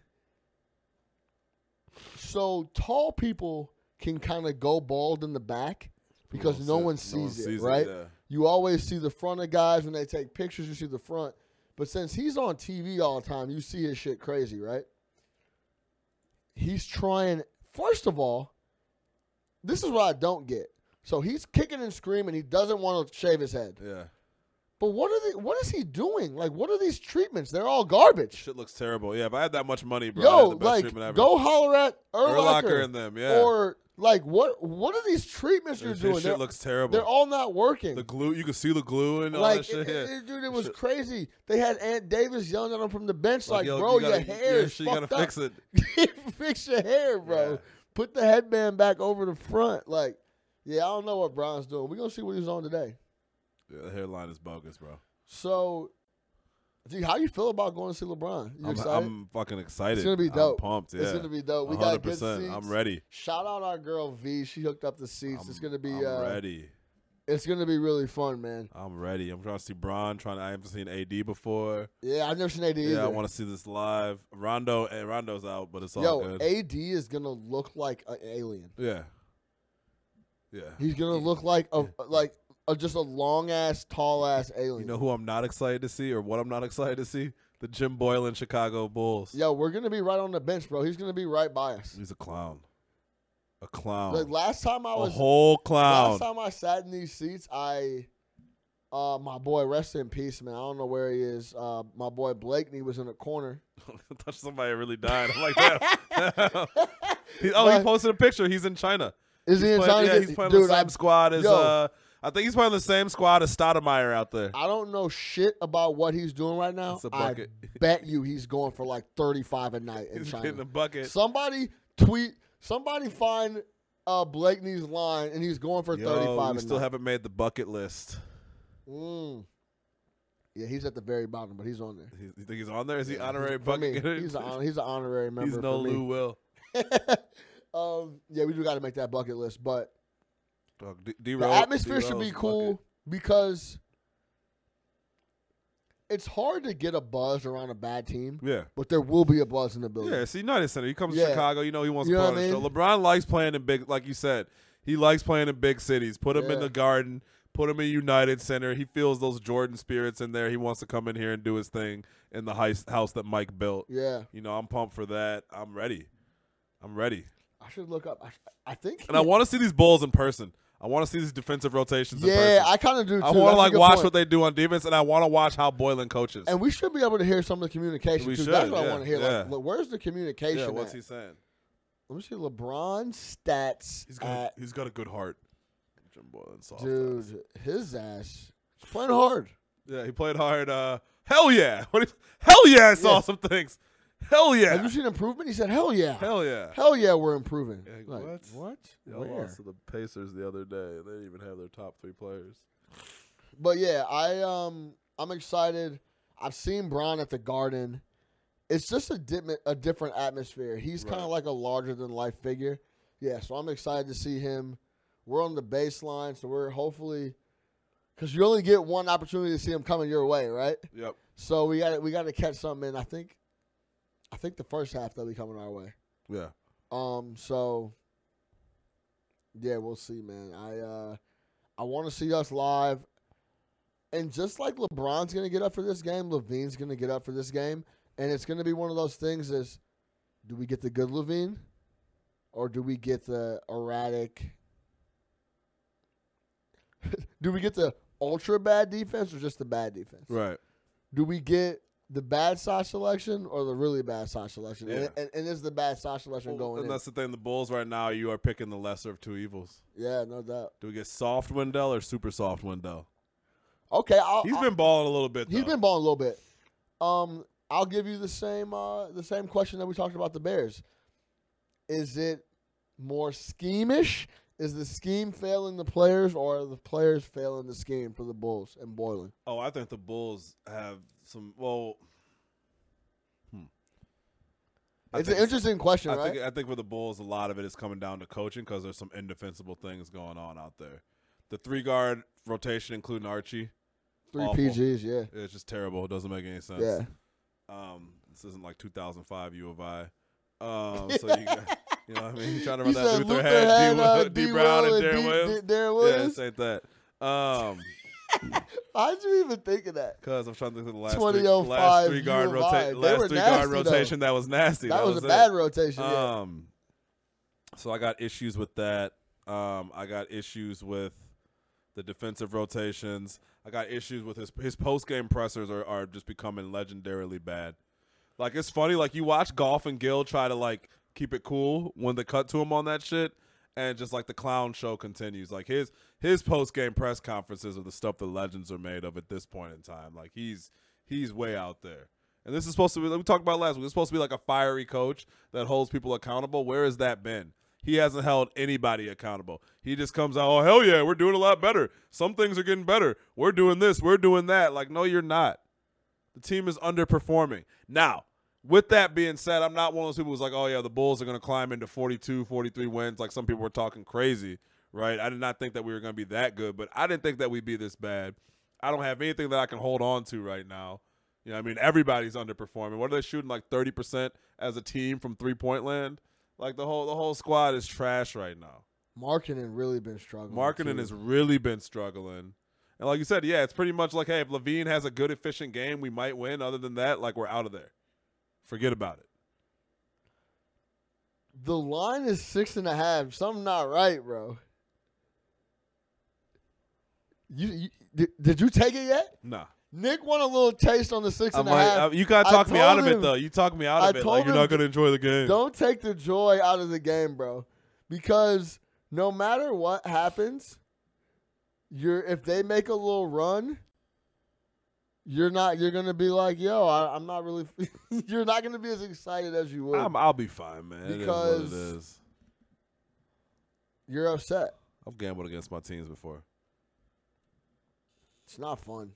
Speaker 2: So tall people can kind of go bald in the back because no
Speaker 3: one see-
Speaker 2: one
Speaker 3: no one
Speaker 2: sees it,
Speaker 3: sees it,
Speaker 2: right?
Speaker 3: yeah.
Speaker 2: You always see the front of guys when they take pictures. You see the front, but since he's on TV all the time, you see his shit crazy, right? He's trying. First of all, this is what I don't get. So he's kicking and screaming. He doesn't want to shave his head.
Speaker 3: yeah.
Speaker 2: But what are they, what is he doing? Like, what are these treatments? They're all garbage.
Speaker 3: Shit looks terrible. Yeah, if I had that much money, bro, I
Speaker 2: Yo,
Speaker 3: had the best
Speaker 2: like,
Speaker 3: treatment ever.
Speaker 2: go holler at Urlacher,
Speaker 3: Urlacher and them, yeah.
Speaker 2: Or like, what what are these treatments you're
Speaker 3: His- his
Speaker 2: doing?
Speaker 3: shit
Speaker 2: They're,
Speaker 3: looks terrible.
Speaker 2: they're all not working.
Speaker 3: the glue, you can see the glue and all
Speaker 2: like,
Speaker 3: that
Speaker 2: it-
Speaker 3: shit. yeah.
Speaker 2: it- it- dude, it was crazy. They had Aunt Davis yelling at him from the bench, like,
Speaker 3: yo,
Speaker 2: bro,
Speaker 3: you gotta,
Speaker 2: your hair
Speaker 3: yeah,
Speaker 2: is
Speaker 3: shit, you
Speaker 2: fucked
Speaker 3: gotta
Speaker 2: up.
Speaker 3: fix it.
Speaker 2: fix your hair, bro.
Speaker 3: Yeah.
Speaker 2: Put the headband back over the front. Like, yeah, I don't know what Brian's doing. We're gonna see what he's on today.
Speaker 3: Yeah, the hairline is bogus, bro.
Speaker 2: So, dude, how you feel about going to see LeBron? You
Speaker 3: I'm,
Speaker 2: excited?
Speaker 3: I'm fucking excited.
Speaker 2: It's gonna be
Speaker 3: I'm
Speaker 2: dope.
Speaker 3: pumped. Yeah.
Speaker 2: It's gonna be dope. We got good
Speaker 3: 100%.
Speaker 2: seats.
Speaker 3: I'm ready.
Speaker 2: Shout out our girl V. She hooked up the seats.
Speaker 3: I'm-
Speaker 2: it's gonna be.
Speaker 3: I'm
Speaker 2: uh,
Speaker 3: ready.
Speaker 2: It's gonna be really fun, man.
Speaker 3: I'm ready. I'm trying to see Braun. Trying to. I haven't seen AD before.
Speaker 2: Yeah, I've never seen AD either.
Speaker 3: Yeah, I want to see this live. Rondo. eh, Rondo's out, but it's all
Speaker 2: Yo,
Speaker 3: good.
Speaker 2: AD is gonna look like an alien.
Speaker 3: yeah. Yeah.
Speaker 2: He's gonna look like a like a, just a long ass, tall ass alien.
Speaker 3: You know who I'm not excited to see, or what I'm not excited to see? The Jim Boylan Chicago Bulls.
Speaker 2: Yo, we're gonna be right on the bench, bro. He's gonna be right by us.
Speaker 3: He's a clown. A clown.
Speaker 2: Like last time I
Speaker 3: a
Speaker 2: was,
Speaker 3: whole
Speaker 2: last
Speaker 3: clown.
Speaker 2: time I sat in these seats, I, uh, my boy, rest in peace, man. I don't know where he is. Uh, my boy Blakeney was in a corner.
Speaker 3: I thought somebody really died. I'm like, damn. He- oh, he
Speaker 2: But-
Speaker 3: posted a picture. He's in China.
Speaker 2: Is he in
Speaker 3: Playing-
Speaker 2: China?
Speaker 3: Yeah, he's playing
Speaker 2: Dude,
Speaker 3: the same
Speaker 2: I,
Speaker 3: squad as.
Speaker 2: yo.
Speaker 3: Uh, I think he's playing the same squad as Stoudemire out there.
Speaker 2: I don't know shit about what he's doing right now.
Speaker 3: It's a
Speaker 2: I
Speaker 3: bucket.
Speaker 2: bet you he's going for like thirty-five a night in
Speaker 3: He's getting a
Speaker 2: China.
Speaker 3: bucket.
Speaker 2: Somebody tweet. Somebody find uh, Blakeney's line, and he's going for
Speaker 3: Yo,
Speaker 2: thirty-five.
Speaker 3: we
Speaker 2: a
Speaker 3: still
Speaker 2: night.
Speaker 3: haven't made the bucket list.
Speaker 2: Mm. Yeah, he's at the very bottom, but he's on there.
Speaker 3: He- You think he's on there? Is he
Speaker 2: Yeah,
Speaker 3: honorary
Speaker 2: for me,
Speaker 3: bucket? getter?
Speaker 2: He's, an, he's an honorary member.
Speaker 3: He's no
Speaker 2: for me.
Speaker 3: Lou Will.
Speaker 2: um, yeah, we do got to make that bucket list, but
Speaker 3: Dog, D- D-
Speaker 2: the atmosphere should be cool because it's hard to get a buzz around a bad team,
Speaker 3: Yeah.
Speaker 2: but there will be a buzz in the building.
Speaker 3: Yeah, it's the United Center. He comes
Speaker 2: Yeah.
Speaker 3: to Chicago. You know he wants
Speaker 2: You
Speaker 3: to
Speaker 2: know
Speaker 3: play
Speaker 2: what
Speaker 3: on
Speaker 2: I
Speaker 3: the show.
Speaker 2: mean?
Speaker 3: LeBron likes playing in big, like you said. He likes playing in big cities. Put him in
Speaker 2: Yeah.
Speaker 3: the Garden. Put him in United Center. He feels those Jordan spirits in there. He wants to come in here and do his thing in the heis- house that Mike built.
Speaker 2: Yeah,
Speaker 3: You know, I'm pumped for that. I'm ready. I'm ready.
Speaker 2: I should look up. I, sh- I think.
Speaker 3: And I want to see these Bulls in person. I want to see these defensive rotations in person.
Speaker 2: yeah, I kind of do. Too.
Speaker 3: I want to like watch
Speaker 2: what
Speaker 3: what they do on defense, and I want to watch how Boylan coaches.
Speaker 2: And we should be able to hear some of the communication.
Speaker 3: We
Speaker 2: too. That's
Speaker 3: should,
Speaker 2: what I
Speaker 3: yeah,
Speaker 2: want to hear.
Speaker 3: yeah.
Speaker 2: Like, look, where's the communication?
Speaker 3: yeah, what's
Speaker 2: at?
Speaker 3: he saying?
Speaker 2: Let me see LeBron stats.
Speaker 3: He's got
Speaker 2: at-
Speaker 3: he's got a good heart. Jim Boylan, soft ass.
Speaker 2: Dude, his ass is playing hard.
Speaker 3: Yeah, he played hard. Uh, hell yeah! What is, hell yeah! I saw
Speaker 2: Yeah.
Speaker 3: some things. Hell yeah!
Speaker 2: Have you seen improvement? He said, "Hell yeah, hell,
Speaker 3: hell yeah!
Speaker 2: yeah, we're improving."
Speaker 3: Yeah,
Speaker 2: Like,
Speaker 3: what?
Speaker 2: What?
Speaker 3: Y'all
Speaker 2: Where?
Speaker 3: lost to the Pacers the other day. They didn't even have their top three players.
Speaker 2: But yeah, I um, I'm excited. I've seen Bron at the Garden. It's just a di- a different atmosphere. He's kind
Speaker 3: Right.
Speaker 2: of like a larger than life figure. Yeah, so I'm excited to see him. We're on the baseline, so we're hopefully because you only get one opportunity to see him coming your way, right?
Speaker 3: Yep.
Speaker 2: So we got we got to catch something. in. I think, I think the first half they'll be coming our way.
Speaker 3: Yeah.
Speaker 2: Um, so yeah, we'll see, man. I uh I want to see us live. And just like LeBron's gonna get up for this game, Levine's gonna get up for this game, and it's gonna be one of those things is do we get the good Levine? Or do we get the erratic do we get the ultra bad defense or just the bad defense?
Speaker 3: Right.
Speaker 2: do we get the bad Sasha selection or the really bad Sasha selection?
Speaker 3: Yeah.
Speaker 2: And, and, and is the bad Sasha selection
Speaker 3: Well,
Speaker 2: going
Speaker 3: and
Speaker 2: in?
Speaker 3: that's the thing. The Bulls right now, you are picking the lesser of two evils.
Speaker 2: Yeah, no doubt.
Speaker 3: Do we get soft Wendell or super soft Wendell?
Speaker 2: Okay, I'll,
Speaker 3: He's
Speaker 2: I'll-
Speaker 3: been balling a little bit.
Speaker 2: he's
Speaker 3: though.
Speaker 2: been balling a little bit. Um, I'll give you the same uh, the same question that we talked about the Bears. Is it more schemish? Is the scheme failing the players, or are the players failing the scheme for the Bulls and Boylan?
Speaker 3: Oh, I think the Bulls have some. Well, hmm. I
Speaker 2: It's an
Speaker 3: think
Speaker 2: interesting question,
Speaker 3: I
Speaker 2: right?
Speaker 3: think I think for the Bulls, a lot of it is coming down to coaching because there's some indefensible things going on out there. The three guard rotation, including Archie,
Speaker 2: Three
Speaker 3: awful.
Speaker 2: PGs, yeah,
Speaker 3: it's just terrible. It doesn't make any sense.
Speaker 2: yeah.
Speaker 3: Um, this isn't like 2005 U of I. Um, so you, got, you know what I mean? You're trying to
Speaker 2: You
Speaker 3: run that
Speaker 2: said
Speaker 3: Luther,
Speaker 2: Luther
Speaker 3: Head,
Speaker 2: had,
Speaker 3: D,
Speaker 2: uh,
Speaker 3: D
Speaker 2: D.
Speaker 3: Brown,
Speaker 2: Will
Speaker 3: and Darren
Speaker 2: D-
Speaker 3: Williams.
Speaker 2: D- Darren
Speaker 3: Yeah,
Speaker 2: Williams.
Speaker 3: it's ain't that. Um,
Speaker 2: How'd you even think of that?
Speaker 3: cause I'm trying to think of the last three,
Speaker 2: 2005
Speaker 3: last three guard
Speaker 2: U of I. They
Speaker 3: rotation,
Speaker 2: were
Speaker 3: last three
Speaker 2: nasty,
Speaker 3: guard
Speaker 2: though.
Speaker 3: rotation that was nasty.
Speaker 2: That, was, a
Speaker 3: it.
Speaker 2: bad rotation. yeah.
Speaker 3: Um, so I got issues with that. Um, I got issues with the defensive rotations. I got issues with his his post game pressers are, are just becoming legendarily bad. Like it's funny, like you watch Golf and Gill try to like keep it cool when they cut to him on that shit, and just like the clown show continues. Like his his post game press conferences are the stuff the legends are made of at this point in time. Like he's he's way out there. And this is supposed to be like we talked about last week. It's supposed to be like a fiery coach that holds people accountable. Where has that been? He hasn't held anybody accountable. He just comes out, oh hell yeah, we're doing a lot better. Some things are getting better. We're doing this, we're doing that. Like, no, you're not. The team is underperforming. Now, with that being said, I'm not one of those people who's like, oh, yeah, the Bulls are going to climb into 42, 43 wins. Like some people were talking crazy, right? I did not think that we were going to be that good, but I didn't think that we'd be this bad. I don't have anything that I can hold on to right now. You know, what I mean, everybody's underperforming. What are they shooting like 30% as a team from three point land? Like the whole the whole squad is trash right now.
Speaker 2: Marketing really been struggling.
Speaker 3: Marketing
Speaker 2: too.
Speaker 3: has really been struggling. And like you said, yeah, it's pretty much like, hey, if Levine has a good, efficient game, we might win. Other than that, like we're out of there. Forget about it.
Speaker 2: The line is six and a half. Something not right, bro. You, you did, did you take it yet?
Speaker 3: Nah.
Speaker 2: Nick won a little taste on the six
Speaker 3: I'm
Speaker 2: and a
Speaker 3: like,
Speaker 2: half.
Speaker 3: uh, you gotta
Speaker 2: I
Speaker 3: talk me out
Speaker 2: told
Speaker 3: of it
Speaker 2: him-
Speaker 3: though. You talk me out of
Speaker 2: I
Speaker 3: it. Like
Speaker 2: told
Speaker 3: you're not
Speaker 2: him-
Speaker 3: gonna enjoy the game.
Speaker 2: Don't take the joy out of the game, bro. Because no matter what happens, you're if they make a little run, you're not you're gonna be like, yo, I, I'm not really. you're not gonna be as excited as you would.
Speaker 3: I'm, I'll be fine, man. It is what
Speaker 2: Because-
Speaker 3: it is.
Speaker 2: you're upset.
Speaker 3: I've gambled against my teams before.
Speaker 2: It's not fun.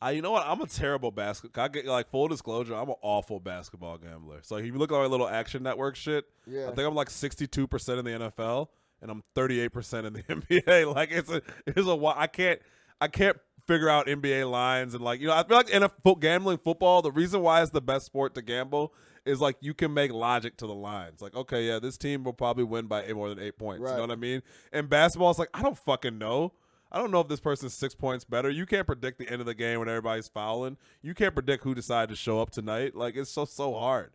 Speaker 3: I, you know what? I'm a terrible basketball. I get like full disclosure. I'm an awful basketball gambler. So if you look at my little Action Network shit,
Speaker 2: Yeah.
Speaker 3: I think I'm like 62 percent in the NFL and I'm 38 percent in the NBA. Like it's a it's a wa- I can't I can't figure out NBA lines and like you know I feel like in a fo- gambling football the reason why it's the best sport to gamble is like you can make logic to the lines. Like okay, yeah, this team will probably win by eight, more than eight points. You
Speaker 2: Right.
Speaker 3: know what I mean? And basketball, it's like I don't fucking know. I don't know if this person's six points better. You can't predict the end of the game when everybody's fouling. You can't predict who decided to show up tonight. Like it's so so hard.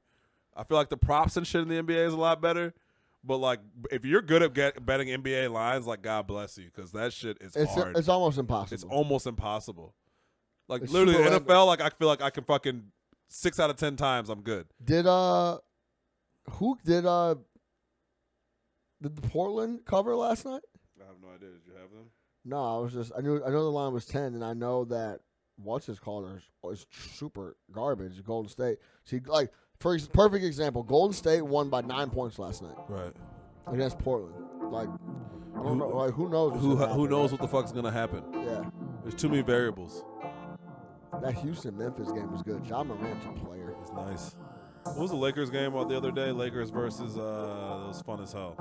Speaker 3: I feel like the props and shit in the NBA is a lot better. But like, if you're good at get, betting NBA lines, like God bless you, because that shit is
Speaker 2: It's
Speaker 3: hard.
Speaker 2: it's almost impossible.
Speaker 3: it's almost impossible. Like
Speaker 2: It's
Speaker 3: literally,
Speaker 2: super
Speaker 3: NFL. Like I feel like I can fucking six out of ten times I'm good.
Speaker 2: did uh, who did uh, did the Portland cover last night?
Speaker 3: I have no idea. Did you have them?
Speaker 2: No, I was just I knew I know the line was ten, and I know that what's his caller is, is super garbage. Golden State. See, like for ex- perfect example, Golden State won by nine points last night
Speaker 3: Right.
Speaker 2: against Portland. Like, I
Speaker 3: Who-
Speaker 2: don't know, like who knows? what's
Speaker 3: Who
Speaker 2: gonna
Speaker 3: who
Speaker 2: happen,
Speaker 3: knows what the fuck's gonna happen?
Speaker 2: right? Yeah,
Speaker 3: There's too many variables.
Speaker 2: that Houston Memphis game was good. John Morant's a player.
Speaker 3: It's nice. What was the Lakers game on the other day? Lakers versus uh, that was fun as hell.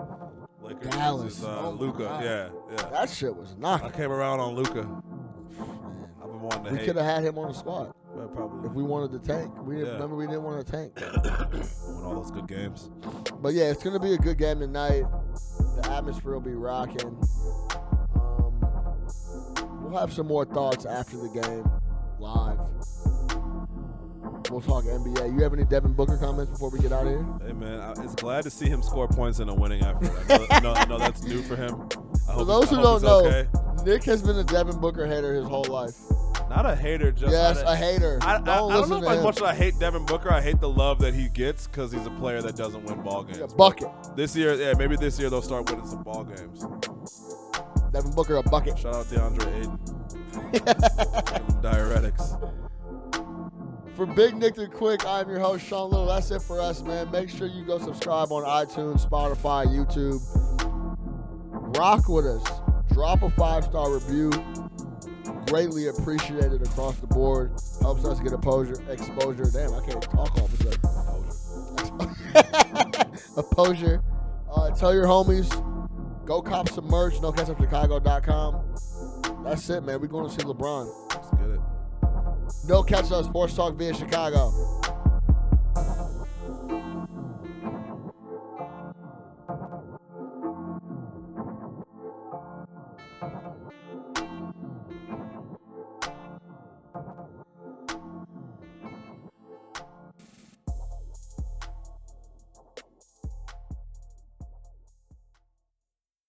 Speaker 3: Lakers
Speaker 2: Dallas.
Speaker 3: versus uh,
Speaker 2: Oh my God.
Speaker 3: Luca. Yeah, yeah.
Speaker 2: That shit was
Speaker 3: I
Speaker 2: knocking.
Speaker 3: came around on Luca.
Speaker 2: Man.
Speaker 3: I've been wanting to
Speaker 2: We
Speaker 3: hate.
Speaker 2: could have had him on the squad
Speaker 3: but probably
Speaker 2: if we wanted to tank. We didn't,
Speaker 3: Yeah.
Speaker 2: remember we didn't want to tank.
Speaker 3: won all those good games.
Speaker 2: But yeah, it's gonna be a good game tonight. The atmosphere will be rocking. Um, we'll have some more thoughts after the game, live. We'll talk NBA. You have any Devin Booker comments before we get out of here?
Speaker 3: Hey man, I, it's glad to see him score points in a winning effort. I know, I know, I know that's new for him. I
Speaker 2: For
Speaker 3: hope
Speaker 2: those
Speaker 3: he's,
Speaker 2: who
Speaker 3: I
Speaker 2: don't
Speaker 3: hope he's
Speaker 2: know,
Speaker 3: okay.
Speaker 2: Nick has been a Devin Booker hater his whole life.
Speaker 3: not a hater, just
Speaker 2: Yes,
Speaker 3: not
Speaker 2: a hater.
Speaker 3: I, I,
Speaker 2: don't
Speaker 3: I don't
Speaker 2: listen
Speaker 3: know if
Speaker 2: to
Speaker 3: as
Speaker 2: him.
Speaker 3: much as I hate Devin Booker, I hate the love that he gets because he's a player that doesn't win ball games.
Speaker 2: He's a bucket.
Speaker 3: This year, yeah, maybe this year they'll start winning some ball games.
Speaker 2: Devin Booker a bucket.
Speaker 3: Shout out DeAndre Aiden. Diuretics.
Speaker 2: For Big Nick the Quick, I'm your host, Sean Little. That's it for us, man. Make sure you go subscribe on iTunes, Spotify, YouTube. Rock with us. Drop a five star review. Greatly appreciated across the board. Helps us get exposure. Exposure. Damn, I can't talk all of a sudden. Exposure. Uh, tell your homies. Go cop some merch. NoCatchUpChicago.com. That's it, man. We're going to see LeBron.
Speaker 3: Let's get it.
Speaker 2: No catch up. Sports talk via Chicago.